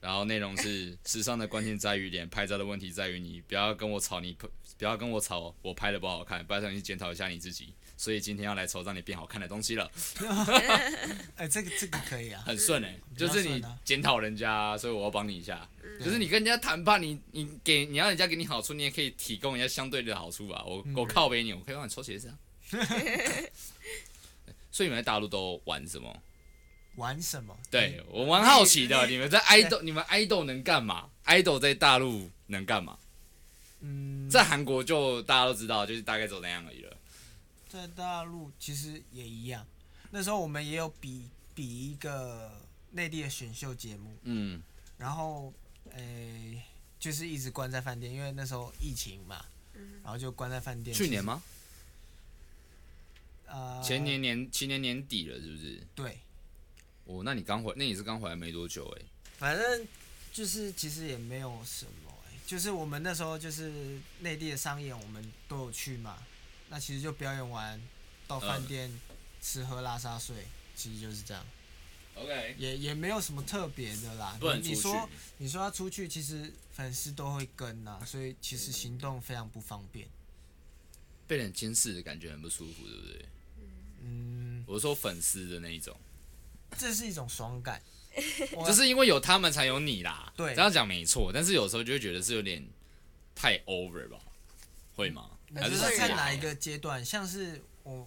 [SPEAKER 1] 然后内容是时尚的关键在于脸，拍照的问题在于你，不要跟我吵你不不要跟我吵我拍的不好看，不然你检讨一下你自己。所以今天要来抽让你变好看的东西了，
[SPEAKER 2] 哎，这个这个可以啊。
[SPEAKER 1] 很顺哎、
[SPEAKER 2] 较
[SPEAKER 1] 就是你
[SPEAKER 2] 顺啊嗯
[SPEAKER 1] 检讨人家，所以我要帮你一下。就是你跟人家谈判，你你给你让人家给你好处，你也可以提供人家相对的好处吧。我
[SPEAKER 2] 嗯
[SPEAKER 1] 我靠背你，我可以帮你抽鞋子啊。 [laughs] 所以你们在大陆都玩什么？
[SPEAKER 2] 玩什么？
[SPEAKER 1] 对我蛮好奇的，你们在爱豆，你们爱豆能干嘛？爱豆在大陆能干嘛？
[SPEAKER 2] 嗯，
[SPEAKER 1] 在韩国就大家都知道，就是大概走那样而已了。
[SPEAKER 2] 在大陆其实也一样。那时候我们也有比比一个内地的选秀节目，
[SPEAKER 1] 嗯
[SPEAKER 2] 然后诶、就是一直关在饭店，因为那时候疫情嘛，然后就关在饭店。
[SPEAKER 1] 去年？吗？
[SPEAKER 2] 呃，
[SPEAKER 1] 前。年年前年年底了，是不是？
[SPEAKER 2] 对，
[SPEAKER 1] 哦，那你刚回，那你是刚回来没多久哎、
[SPEAKER 2] 反正就是其实也没有什么、欸，就是我们那时候就是内地的商演，我们都有去嘛。那其实就表演完到饭
[SPEAKER 1] 嗯
[SPEAKER 2] 店、吃喝拉撒睡，其实就是这样，
[SPEAKER 1] OK，
[SPEAKER 2] 也也没有什么特别的啦。
[SPEAKER 1] 不能
[SPEAKER 2] 嗯
[SPEAKER 1] 出
[SPEAKER 2] 你你
[SPEAKER 1] 去。
[SPEAKER 2] 说你说要出去，其实粉丝都会跟呐、所以其实行动非常不方便。
[SPEAKER 1] 被人监视的感觉很不舒服，对不对？
[SPEAKER 2] 嗯，
[SPEAKER 1] 我说粉丝的那一种，
[SPEAKER 2] 这是一种爽感，我
[SPEAKER 1] 就是因为有他们才有你啦。
[SPEAKER 2] 对
[SPEAKER 1] 这样讲没错，但是有时候就会觉得是有点太 over 吧，会吗？
[SPEAKER 2] 你
[SPEAKER 1] 还
[SPEAKER 2] 觉
[SPEAKER 1] 是
[SPEAKER 2] 得
[SPEAKER 1] 说
[SPEAKER 2] 在
[SPEAKER 1] 还好
[SPEAKER 2] 哪一个阶段？像是我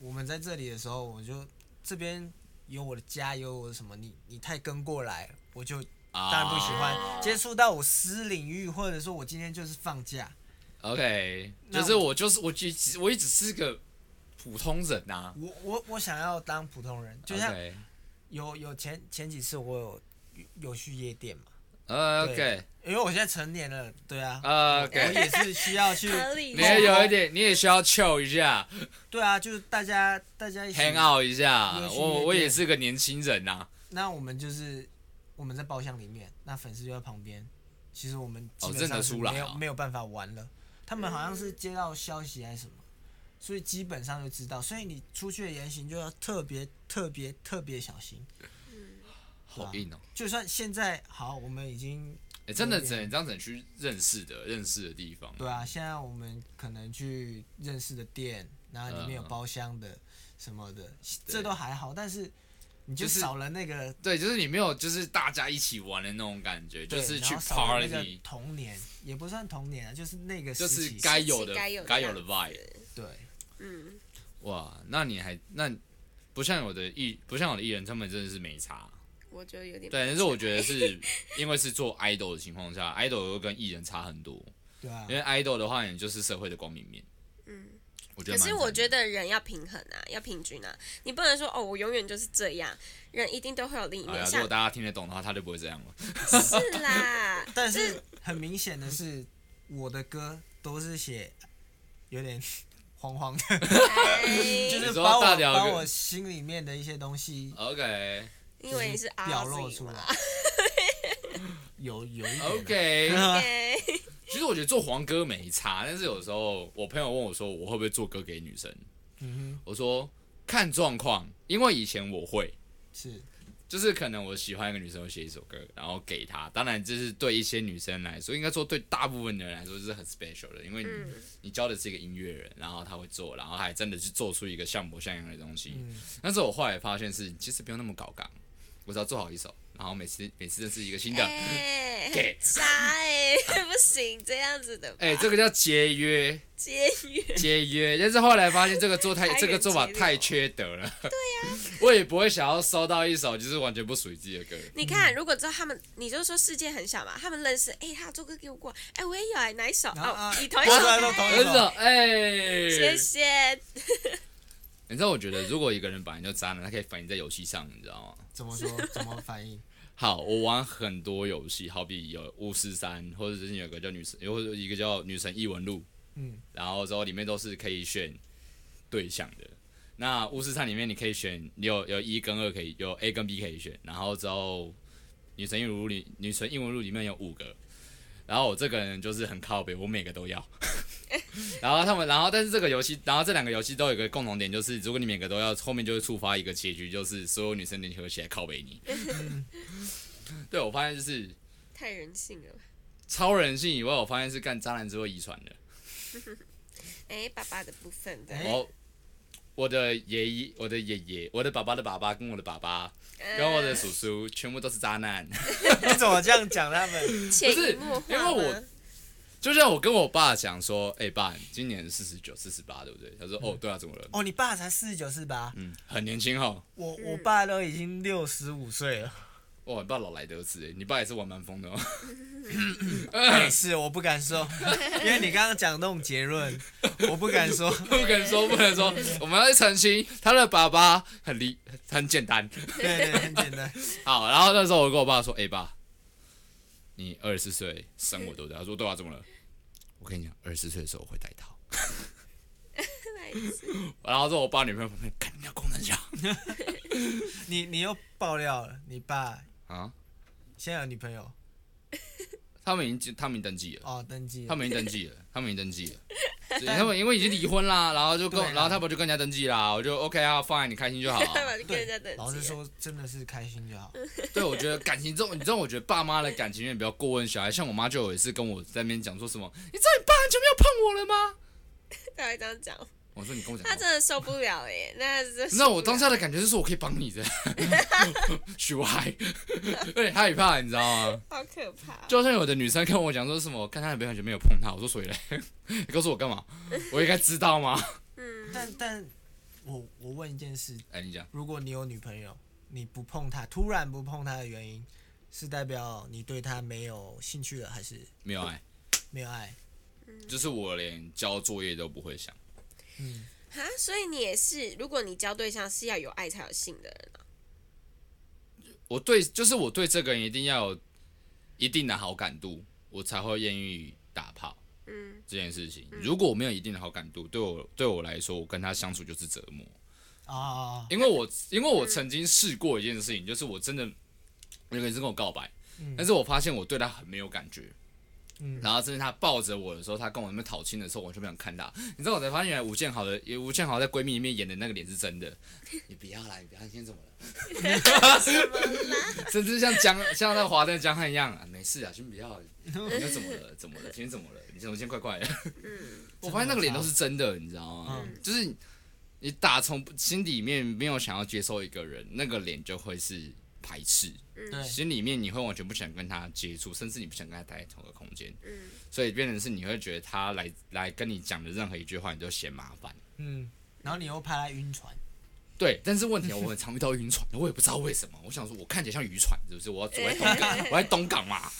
[SPEAKER 2] 我们在这里的时候，我就这边有我的家，有我的什么，你你太跟过来，我就
[SPEAKER 1] 啊
[SPEAKER 2] 当然不喜欢、接触到我私领域，或者说我今天就是放假，
[SPEAKER 1] OK，
[SPEAKER 2] 那
[SPEAKER 1] 就是我就是我只我也只是个普通人呐、
[SPEAKER 2] 我我我想要当普通人，就像
[SPEAKER 1] OK，
[SPEAKER 2] 有有前前几次我有有去夜店嘛，
[SPEAKER 1] 呃
[SPEAKER 2] 对
[SPEAKER 1] OK
[SPEAKER 2] 因为我现在成年了，对啊，
[SPEAKER 1] 呃
[SPEAKER 2] 我
[SPEAKER 1] OK，
[SPEAKER 2] 也是需要去，
[SPEAKER 3] 合理哦
[SPEAKER 1] 你也有一点，你也需要 chill 一下
[SPEAKER 2] 对啊，就是大家大家一起
[SPEAKER 1] ，hang out 一下。
[SPEAKER 2] 也许
[SPEAKER 1] 我
[SPEAKER 2] 有
[SPEAKER 1] 我也
[SPEAKER 2] 点
[SPEAKER 1] 是个年轻人啊呐、
[SPEAKER 2] 那我们就是我们在包厢里面，那粉丝就在旁边。其实我们基
[SPEAKER 1] 哦
[SPEAKER 2] 本上是
[SPEAKER 1] 认得出来啊
[SPEAKER 2] 没有、没有办法玩了。他们好像是接到消息还是什么，所以基本上就知道。所以你出去的言行就要特别特别特别小心。
[SPEAKER 1] 好硬哦、
[SPEAKER 2] 就算现在好，我们已经
[SPEAKER 1] 哎、真的
[SPEAKER 2] 啊有
[SPEAKER 1] 只
[SPEAKER 2] 点
[SPEAKER 1] 能这样子去认识的认识的地方。
[SPEAKER 2] 对啊，现在我们可能去认识的店，然后里面有
[SPEAKER 1] 嗯
[SPEAKER 2] 包厢的什么的，这都还好。但是你就
[SPEAKER 1] 就是
[SPEAKER 2] 少了那个
[SPEAKER 1] 对，就是你没有就是大家一起玩的那种感觉，就
[SPEAKER 2] 对
[SPEAKER 1] 是
[SPEAKER 2] 然
[SPEAKER 1] 去
[SPEAKER 2] 后少了那
[SPEAKER 1] party，、
[SPEAKER 2] 个童年，也不算童年啊，就是那个
[SPEAKER 1] 就
[SPEAKER 2] 时
[SPEAKER 1] 是
[SPEAKER 2] 期
[SPEAKER 1] 该有的
[SPEAKER 3] 该有的
[SPEAKER 1] 该有的
[SPEAKER 3] 样子
[SPEAKER 1] vibe。
[SPEAKER 2] 对。
[SPEAKER 3] 嗯，
[SPEAKER 1] 哇，那你还那不像有的艺不像有的艺人，他们真的是没差。
[SPEAKER 3] 我觉得有点
[SPEAKER 1] 对，但是我觉得
[SPEAKER 2] [laughs]
[SPEAKER 1] 是因为是做 idol 的情况下，idol 又跟艺人差很多，
[SPEAKER 2] 对啊
[SPEAKER 1] 因，为 idol 的话，你就是社会的光明面。
[SPEAKER 3] 嗯，
[SPEAKER 1] 我觉得蛮
[SPEAKER 3] 可是
[SPEAKER 1] 赞的。
[SPEAKER 3] 我觉得人要平衡啊，要平均啊，你不能说哦，我永远就是这样，人一定都会有另一
[SPEAKER 1] 哎呀
[SPEAKER 3] 面，，
[SPEAKER 1] 如果
[SPEAKER 3] 像
[SPEAKER 1] 大家听得懂的话，他就不会这样了。
[SPEAKER 2] 嗯
[SPEAKER 3] 是
[SPEAKER 1] [laughs]
[SPEAKER 3] 啦，
[SPEAKER 2] 但是很明显的是，我的歌都是写有点 [laughs] 黄黄的，
[SPEAKER 3] [laughs] 哎
[SPEAKER 2] 就
[SPEAKER 1] 你
[SPEAKER 2] 是
[SPEAKER 1] 说
[SPEAKER 2] 把
[SPEAKER 1] 大
[SPEAKER 2] 我
[SPEAKER 1] 屌
[SPEAKER 2] 把
[SPEAKER 1] 哥哦
[SPEAKER 2] 我心里面的一些东西
[SPEAKER 1] OK
[SPEAKER 3] 因为你是
[SPEAKER 2] 表露出
[SPEAKER 3] Aussie
[SPEAKER 2] 来
[SPEAKER 3] 嘛， [laughs]
[SPEAKER 2] 有有一点啊
[SPEAKER 1] OK，
[SPEAKER 2] [laughs]
[SPEAKER 3] ，OK，
[SPEAKER 1] 其实我觉得做黄歌没差，但是有时候我朋友问我说我会不会做歌给女生，
[SPEAKER 2] 嗯
[SPEAKER 1] 我说看状况，因为以前我会，
[SPEAKER 2] 是
[SPEAKER 1] 就是可能我喜欢一个女生，我写一首歌，然后给她。当然，这是对一些女生来说，应该说对大部分的人来说是很 special 的，因为你、
[SPEAKER 3] 嗯
[SPEAKER 1] 你教的是一个音乐人，然后他会做，然后还真的去做出一个像模像样的东西。
[SPEAKER 2] 嗯
[SPEAKER 1] 但是我后来发现是，其实不用那么搞纲，我只要做好一首，然后每次每次认识一个新的，哎、
[SPEAKER 3] 哎、
[SPEAKER 1] 给哎
[SPEAKER 3] 渣哎、不行，这样子的吧，
[SPEAKER 1] 这个叫节 [laughs] 约，
[SPEAKER 3] 监狱
[SPEAKER 1] 节约。但是后来发现这个做太
[SPEAKER 3] 开源
[SPEAKER 1] 这个做法
[SPEAKER 3] 节流
[SPEAKER 1] 太缺德了。对啊呀、 [laughs] 我也不会想要收到一首就是完全不属于自己的 [laughs] 歌。
[SPEAKER 3] 你看，如果之后他们，你就说世界很小嘛，他们认识，哎、他做歌给我过，哎、我也有哎、哪一首？
[SPEAKER 2] 然后
[SPEAKER 3] 哦
[SPEAKER 2] 啊，
[SPEAKER 3] 你同一
[SPEAKER 2] 播出来都
[SPEAKER 3] 首，
[SPEAKER 2] 同一
[SPEAKER 1] 真的
[SPEAKER 2] 首，
[SPEAKER 1] 哎，
[SPEAKER 3] 谢谢。
[SPEAKER 1] 你知道，我觉得如果一个人本来就渣男，他可以反映在游戏上，你知道吗？
[SPEAKER 2] 怎么说？怎么反应？ [laughs]
[SPEAKER 1] 好，我玩很多游戏，好比有巫师三，或者之前有个叫女神，有或者一个叫女神异闻录，
[SPEAKER 2] 嗯，
[SPEAKER 1] 然后之后里面都是可以选对象的。那巫师三里面你可以选，你有有一跟二可以，有 A 跟 B 可以选，然后之后女神异闻录里女神异闻录里面有五个，然后我这个人就是很靠北，我每个都要。 [laughs] 然后他们，然后但是这个游戏，然后这两个游戏都有一个共同点，就是如果你每个都要，后面就会触发一个结局，就是所有女生联合起来靠北你。对，我发现就是
[SPEAKER 3] 太人性了吧，
[SPEAKER 1] 超人性以外，我发现是干渣男之后遗传的。
[SPEAKER 3] 哎、爸爸的部分的，
[SPEAKER 2] 哎
[SPEAKER 1] 我我的爷爷、我的爷爷、我的爸爸的爸爸跟我的爸爸跟我的叔叔全部都是渣男。 [laughs]
[SPEAKER 2] 你怎么这样讲他们？
[SPEAKER 3] 潜
[SPEAKER 1] 不是
[SPEAKER 3] 移默化
[SPEAKER 1] 因为我
[SPEAKER 3] 吗
[SPEAKER 1] 就像我跟我爸讲说，哎、爸，你今年四十九、四十八，对不对？他说，哦，对啊，怎么了？
[SPEAKER 2] 哦，你爸才四十九四八，
[SPEAKER 1] 嗯，很年轻哦。
[SPEAKER 2] 我我爸都已经六十五岁了。
[SPEAKER 1] 哇，你爸老来得子哎，你爸也是玩蛮疯的哦。
[SPEAKER 2] 没事，我不敢说，因为你刚刚讲那种结论，我不敢说。
[SPEAKER 1] 不能说，不能说，我们要澄清，他的爸爸很离很简单。
[SPEAKER 2] 对对，很简单。
[SPEAKER 1] 好，然后那时候我跟我爸说：“哎、爸，你二十四岁生我对不对？”他说：“对啊，怎么了？”我跟你讲，二十岁的时候我会戴套。
[SPEAKER 3] 再来一次
[SPEAKER 1] 然后说我爸女朋友旁边，看你要功能奖
[SPEAKER 2] 你你又爆料了，你爸
[SPEAKER 1] 啊，
[SPEAKER 2] 现在有女朋友
[SPEAKER 1] 他们已经他们已经登记
[SPEAKER 2] [laughs]
[SPEAKER 1] 了，
[SPEAKER 2] 哦，登记了。
[SPEAKER 1] 他们已经登记了，他们已经登记了，所以他
[SPEAKER 2] [laughs]
[SPEAKER 1] 们因为已经离婚啦，然后就跟
[SPEAKER 2] 对啊
[SPEAKER 1] 然后他们就跟人家登记啦，我就 OK 啊，fine，你开心就
[SPEAKER 2] [laughs]
[SPEAKER 1] 好啊。
[SPEAKER 3] 干嘛 [laughs] 就跟人家
[SPEAKER 2] 对，
[SPEAKER 3] 等
[SPEAKER 2] 老实
[SPEAKER 3] 级啊？
[SPEAKER 2] 说，真的是开心就好。
[SPEAKER 1] 对，我觉得感情这种，你知道，我觉得爸妈的感情永远不要过问小孩。像我妈就有一次跟我在那边讲说什么：“你知道你爸很久没有碰我了吗
[SPEAKER 3] 他会这样讲，？”
[SPEAKER 1] 我说：“你跟我讲
[SPEAKER 3] 他
[SPEAKER 1] 话。
[SPEAKER 3] 真的受不了哎、那是”
[SPEAKER 1] [laughs] 那我当下的感觉就是我可以帮你的， [laughs] 虚歪，对，害怕，你知道吗？
[SPEAKER 3] 好可怕，
[SPEAKER 1] 就像有的女生跟我讲说什么，看她男朋友很久没有碰她，我说所以嘞， [laughs] 你告诉我干嘛？我应该知道吗？
[SPEAKER 3] 嗯，
[SPEAKER 2] 但但我我问一件事，
[SPEAKER 1] 哎，你讲，
[SPEAKER 2] 如果你有女朋友，你不碰她，突然不碰她的原因，是代表你对她没有兴趣了，还是
[SPEAKER 1] 没有爱，
[SPEAKER 2] 没有爱？
[SPEAKER 1] 就是我连交作业都不会想，
[SPEAKER 2] 嗯，
[SPEAKER 3] 啊，所以你也是，如果你交对象是要有爱才有性的人啊，
[SPEAKER 1] 我对，就是我对这个人一定要有一定的好感度，我才会愿意打炮。
[SPEAKER 3] 嗯，
[SPEAKER 1] 这件事情。如果我没有一定的好感度，对我对我来说，我跟他相处就是折磨。
[SPEAKER 2] 哦，
[SPEAKER 1] 因为我因为我曾经试过一件事情，就是我真的有个人跟我告白，
[SPEAKER 2] 嗯
[SPEAKER 1] 但是我发现我对他很没有感觉。
[SPEAKER 2] 嗯
[SPEAKER 1] 然后甚至他抱着我的时候，他跟我那边讨亲的时候，我就不想看他。你知道我才发现，原来吴建豪的吴建豪在闺蜜里面演的那个脸是真的。你不要啦，你不要，你今天怎么了？
[SPEAKER 3] [laughs] 嗯
[SPEAKER 1] 甚至像江像那个华灯江汉一样啊，没事啊，先不要。你又怎么了？怎么了？今天怎么了？你怎么今天怪怪的？ [laughs] 我发现那个脸都是真的，你知道吗？
[SPEAKER 2] 嗯
[SPEAKER 1] 就是你打从心里面没有想要接受一个人，那个脸就会是排斥，
[SPEAKER 2] 对，
[SPEAKER 1] 心里面你会完全不想跟他接触，甚至你不想跟他待在同一个空间，
[SPEAKER 3] 嗯
[SPEAKER 1] 所以变成是你会觉得他来来跟你讲的任何一句话，你都嫌麻烦。
[SPEAKER 2] 嗯，然后你又怕她晕船，
[SPEAKER 1] 对，但是问题啊我很常遇到晕船，我也不知道为什么。我想说，我看起来像渔船，是不是？我要我在东港，我在东港嘛，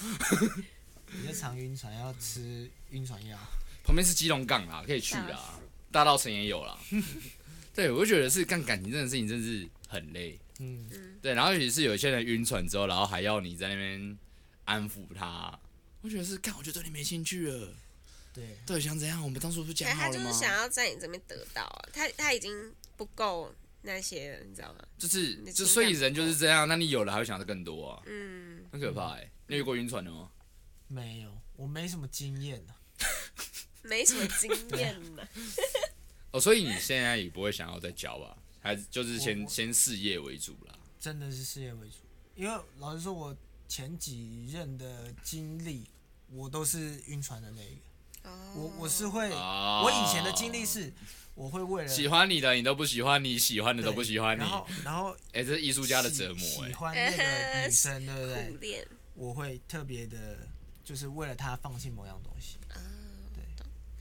[SPEAKER 2] 你就常晕船，要吃晕船药。
[SPEAKER 1] 旁边是基隆港啦，可以去啦，大稻城也有啦。 [laughs] 对，我就觉得是干感情这件事情，真是很累。
[SPEAKER 2] 嗯，
[SPEAKER 3] 嗯，
[SPEAKER 1] 对，然后尤其是有些人晕船之后，然后还要你在那边安抚他，我觉得是，干，我就对你没兴趣了。
[SPEAKER 2] 对，
[SPEAKER 1] 到底想怎样？我们当初不是
[SPEAKER 3] 可
[SPEAKER 1] 讲
[SPEAKER 3] 是
[SPEAKER 1] 好
[SPEAKER 3] 他
[SPEAKER 1] 了
[SPEAKER 3] 啊就是
[SPEAKER 1] 吗？
[SPEAKER 3] 想要在你这边得到啊，他他已经不够那些了，你知道吗？
[SPEAKER 1] 就是
[SPEAKER 3] 你的
[SPEAKER 1] 就
[SPEAKER 3] 情
[SPEAKER 1] 所以
[SPEAKER 3] 感
[SPEAKER 1] 人就是这样，那你有了还会想的更多啊，
[SPEAKER 3] 嗯，
[SPEAKER 1] 很可怕哎、你有遇过晕船的吗？
[SPEAKER 2] 没有，我没什么经验啊
[SPEAKER 3] 没什么经验嘛，
[SPEAKER 1] 哦，所以你现在也不会想要再交吧？还是就是先
[SPEAKER 2] 我
[SPEAKER 1] 先事业为主啦。
[SPEAKER 2] 真的是事业为主。因为老实说，我前几任的经历，我都是晕船的那一个。
[SPEAKER 3] [laughs] 哦，
[SPEAKER 2] 我我是会，
[SPEAKER 1] 啊，
[SPEAKER 2] 我以前的经历是，我会为了
[SPEAKER 1] 喜欢你的你都不喜欢，你喜欢的
[SPEAKER 2] 对
[SPEAKER 1] 都不喜欢你
[SPEAKER 2] 然，后然后
[SPEAKER 1] 哎，这是艺术家的折磨
[SPEAKER 2] 喜
[SPEAKER 1] 哎
[SPEAKER 2] 喜。欢那个女生，对不
[SPEAKER 3] 苦
[SPEAKER 2] 对？
[SPEAKER 3] 练
[SPEAKER 2] 我会特别的，就是为了她放弃某样东西。
[SPEAKER 3] 啊，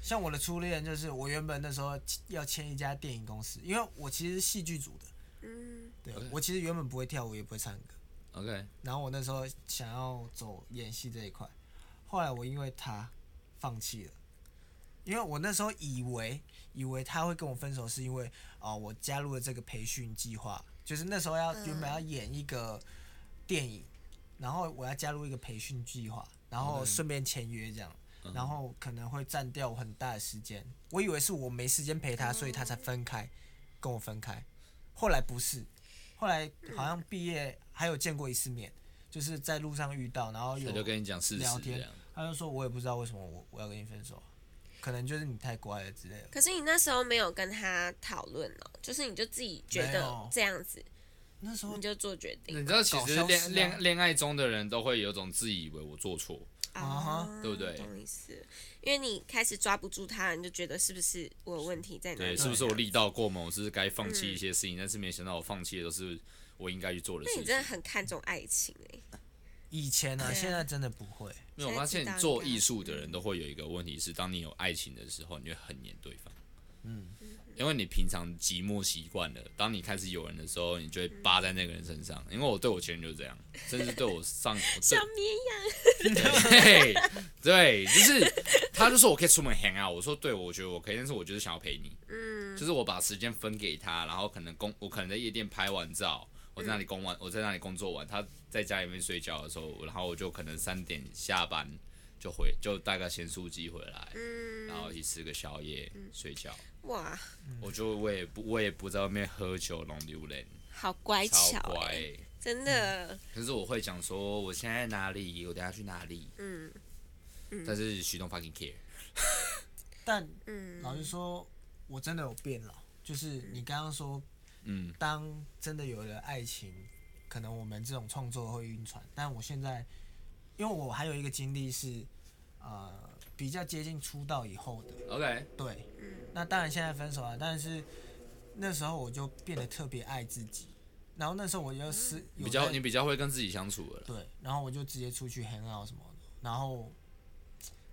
[SPEAKER 2] 像我的初恋就是，我原本那时候要签一家电影公司，因为我其实是戏剧组的，
[SPEAKER 3] 嗯，
[SPEAKER 2] 对
[SPEAKER 1] OK
[SPEAKER 2] 我其实原本不会跳舞，也不会唱歌。
[SPEAKER 1] OK，
[SPEAKER 2] 然后我那时候想要走演戏这一块，后来我因为他放弃了，因为我那时候以为以为他会跟我分手，是因为哦、我加入了这个培训计划，就是那时候要原本要演一个电影，然后我要加入一个培训计划，然
[SPEAKER 1] 嗯
[SPEAKER 2] 后顺便签约这样。然后可能会占掉我很大的时间，我以为是我没时间陪他，所以他才分开，跟我分开。后来不是，后来好像毕业还有见过一次面，就是在路上遇到，然后有
[SPEAKER 1] 我就跟你讲事
[SPEAKER 2] 聊
[SPEAKER 1] 实这
[SPEAKER 2] 天
[SPEAKER 1] 样。，
[SPEAKER 2] 他就说我也不知道为什么我我要跟你分手，可能就是你太乖了之类的。
[SPEAKER 3] 可是你那时候没有跟他讨论哦，就是你就自己觉
[SPEAKER 2] 没
[SPEAKER 3] 得
[SPEAKER 2] 有
[SPEAKER 3] 这样子，
[SPEAKER 2] 那时候
[SPEAKER 3] 你就做决定
[SPEAKER 1] 你知道，其实
[SPEAKER 2] 搞消失啊
[SPEAKER 1] 恋恋恋爱中的人都会有种自以为我做错，
[SPEAKER 2] 啊哈
[SPEAKER 1] 对不对
[SPEAKER 3] 啊懂意思，因为你开始抓不住他，你就觉得是不是我有问题在哪里？
[SPEAKER 1] 对，是不是我力道过猛，我是不是该放弃一些事情？但是没想到我放弃的都是我应该去做的
[SPEAKER 3] 嗯那
[SPEAKER 1] 事
[SPEAKER 3] 你真的
[SPEAKER 1] 情。
[SPEAKER 3] 很看重爱情哎、
[SPEAKER 2] 以前啊，
[SPEAKER 3] 对啊
[SPEAKER 2] 现在真的不会。
[SPEAKER 1] 没有，我发现你做艺术的人都会有一个问题是，当你有爱情的时候，你会很黏对方。嗯，因为你平常寂寞习惯了，当你开始有人的时候，你就会扒在那个人身上。因为我对我前任就是这样，甚至对我上我对
[SPEAKER 3] 小绵
[SPEAKER 1] [laughs]
[SPEAKER 3] 羊，
[SPEAKER 1] 对对，就是他就说我可以出门 hang out，我说对，我觉得我可以，但是我就是想要陪你，嗯，就是我把时间分给他，然后可能工我可能在夜店拍完照，我在那里工完，我在那里工作完，他在家里面睡觉的时候，然后我就可能三点下班就回，就大概先书机回来，
[SPEAKER 3] 嗯，
[SPEAKER 1] 然后去吃个宵夜，睡觉，
[SPEAKER 3] 哇，
[SPEAKER 1] 我就我也不我也不在外面喝酒弄榴莲，
[SPEAKER 3] 好乖巧
[SPEAKER 1] 超乖
[SPEAKER 3] 哎、
[SPEAKER 1] 欸、[laughs]
[SPEAKER 3] 真的，
[SPEAKER 1] 可是我会讲说我现在在哪里，我等下去哪里，
[SPEAKER 3] 嗯
[SPEAKER 1] 但是徐东 fucking care。
[SPEAKER 2] 但
[SPEAKER 3] 嗯，
[SPEAKER 2] 老实说，我真的有变老，就是你刚刚说
[SPEAKER 1] 嗯
[SPEAKER 2] 当真的有了爱情，可能我们这种创作会晕船。但我现在，因为我还有一个经历是，呃，比较接近出道以后的，
[SPEAKER 1] ，OK，
[SPEAKER 2] 对，
[SPEAKER 3] 嗯
[SPEAKER 2] 那当然现在分手了，但是那时候我就变得特别爱自己，然后那时候我就是
[SPEAKER 3] 嗯
[SPEAKER 2] 有
[SPEAKER 1] 比较
[SPEAKER 2] 在
[SPEAKER 1] 你比较会跟自己相处了啦。
[SPEAKER 2] 对，然后我就直接出去 hang out 什么的，然后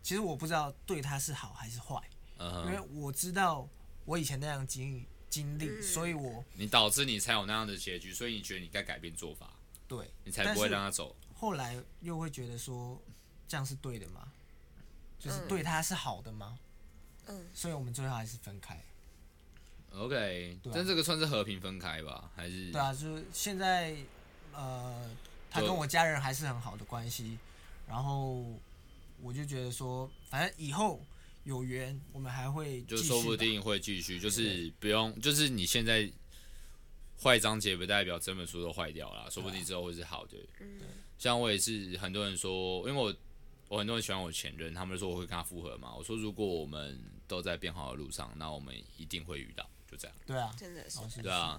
[SPEAKER 2] 其实我不知道对他是好还是坏，
[SPEAKER 1] 嗯
[SPEAKER 2] 因为
[SPEAKER 1] 哼，
[SPEAKER 2] 我知道我以前那样经经历，所以我
[SPEAKER 1] 你导致你才有那样的结局，所以你觉得你该改变做法，
[SPEAKER 2] 对，
[SPEAKER 1] 你才
[SPEAKER 2] 但
[SPEAKER 1] 不会
[SPEAKER 2] 是
[SPEAKER 1] 让他走。
[SPEAKER 2] 后来又会觉得说这样是对的吗？就是对他是好的吗？
[SPEAKER 3] 嗯，
[SPEAKER 2] 所以我们最后还是分开。
[SPEAKER 1] 嗯 OK，、
[SPEAKER 2] 对啊
[SPEAKER 1] 但这个算是和平分开吧？还是
[SPEAKER 2] 对啊，就是现在，呃，他
[SPEAKER 1] 就
[SPEAKER 2] 跟我家人还是很好的关系，然后我就觉得说，反正以后有缘，我们还会
[SPEAKER 1] 就
[SPEAKER 2] 继续吧。
[SPEAKER 1] 说不定会继续，就是不用，就是你现在坏章节不代表整本书都坏掉了，说不定
[SPEAKER 2] 啊
[SPEAKER 1] 之后会是好的。
[SPEAKER 2] 嗯
[SPEAKER 1] 像我也是很多人说，因为我我很多人喜欢我前任，他们说我会跟他复合嘛，我说如果我们都在变好的路上，那我们一定会遇到，就这样。
[SPEAKER 2] 对啊，
[SPEAKER 3] 真的是
[SPEAKER 2] 老师
[SPEAKER 1] 对啊，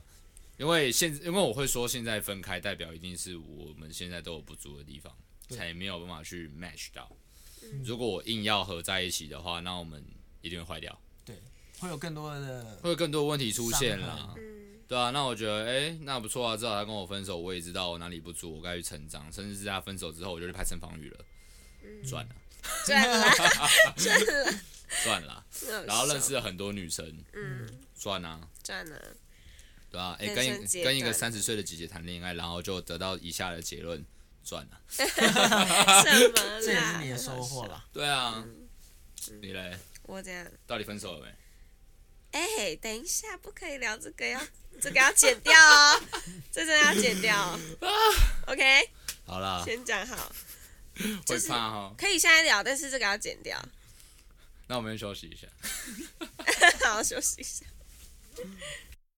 [SPEAKER 1] 因为现因为我会说现在分开，代表一定是我们现在都有不足的地方，
[SPEAKER 2] 对嗯
[SPEAKER 1] 才没有办法去 match 到。如果我硬要合在一起的话，那我们一定会坏掉，
[SPEAKER 2] 对，会有更多的
[SPEAKER 1] 会有更多问题出现
[SPEAKER 2] 伤
[SPEAKER 1] 啦
[SPEAKER 2] 害。
[SPEAKER 3] 嗯
[SPEAKER 1] 对啊，那我觉得，哎、那不错啊，至少他跟我分手，我也知道我哪里不足，我该去成长，甚至是他分手之后，我就去拍成防雨了，
[SPEAKER 3] 嗯
[SPEAKER 1] 赚了，
[SPEAKER 3] 赚了，
[SPEAKER 1] 赚了， [laughs]
[SPEAKER 3] [laughs]
[SPEAKER 1] 然后认识了很多女生，
[SPEAKER 3] 嗯
[SPEAKER 1] 赚啊，[laughs]
[SPEAKER 3] 赚了，
[SPEAKER 1] 对啊，哎、
[SPEAKER 3] 人
[SPEAKER 1] 跟
[SPEAKER 3] 生
[SPEAKER 1] 一
[SPEAKER 3] 阶
[SPEAKER 1] 跟一个
[SPEAKER 3] 段
[SPEAKER 1] 三十岁的姐姐谈恋爱，然后就得到以下的结论，赚了。
[SPEAKER 3] 什么啦？
[SPEAKER 2] 这也是你的收获啦。
[SPEAKER 1] 对啊，
[SPEAKER 3] 嗯
[SPEAKER 1] 你嘞，
[SPEAKER 3] 我这样，
[SPEAKER 1] 到底分手了没？
[SPEAKER 3] 哎、等一下，不可以聊这个，要 [laughs] 这个要剪掉哦， [laughs] 这真的要剪掉、
[SPEAKER 1] [laughs]
[SPEAKER 3] 哦。OK，
[SPEAKER 1] 好啦，
[SPEAKER 3] 先讲好，
[SPEAKER 1] 会
[SPEAKER 3] 是
[SPEAKER 1] 怕哦哈，
[SPEAKER 3] 可以现在聊，但是这个要剪掉。 [laughs]
[SPEAKER 1] 那我们先休息一下。
[SPEAKER 3] 好，休息一下。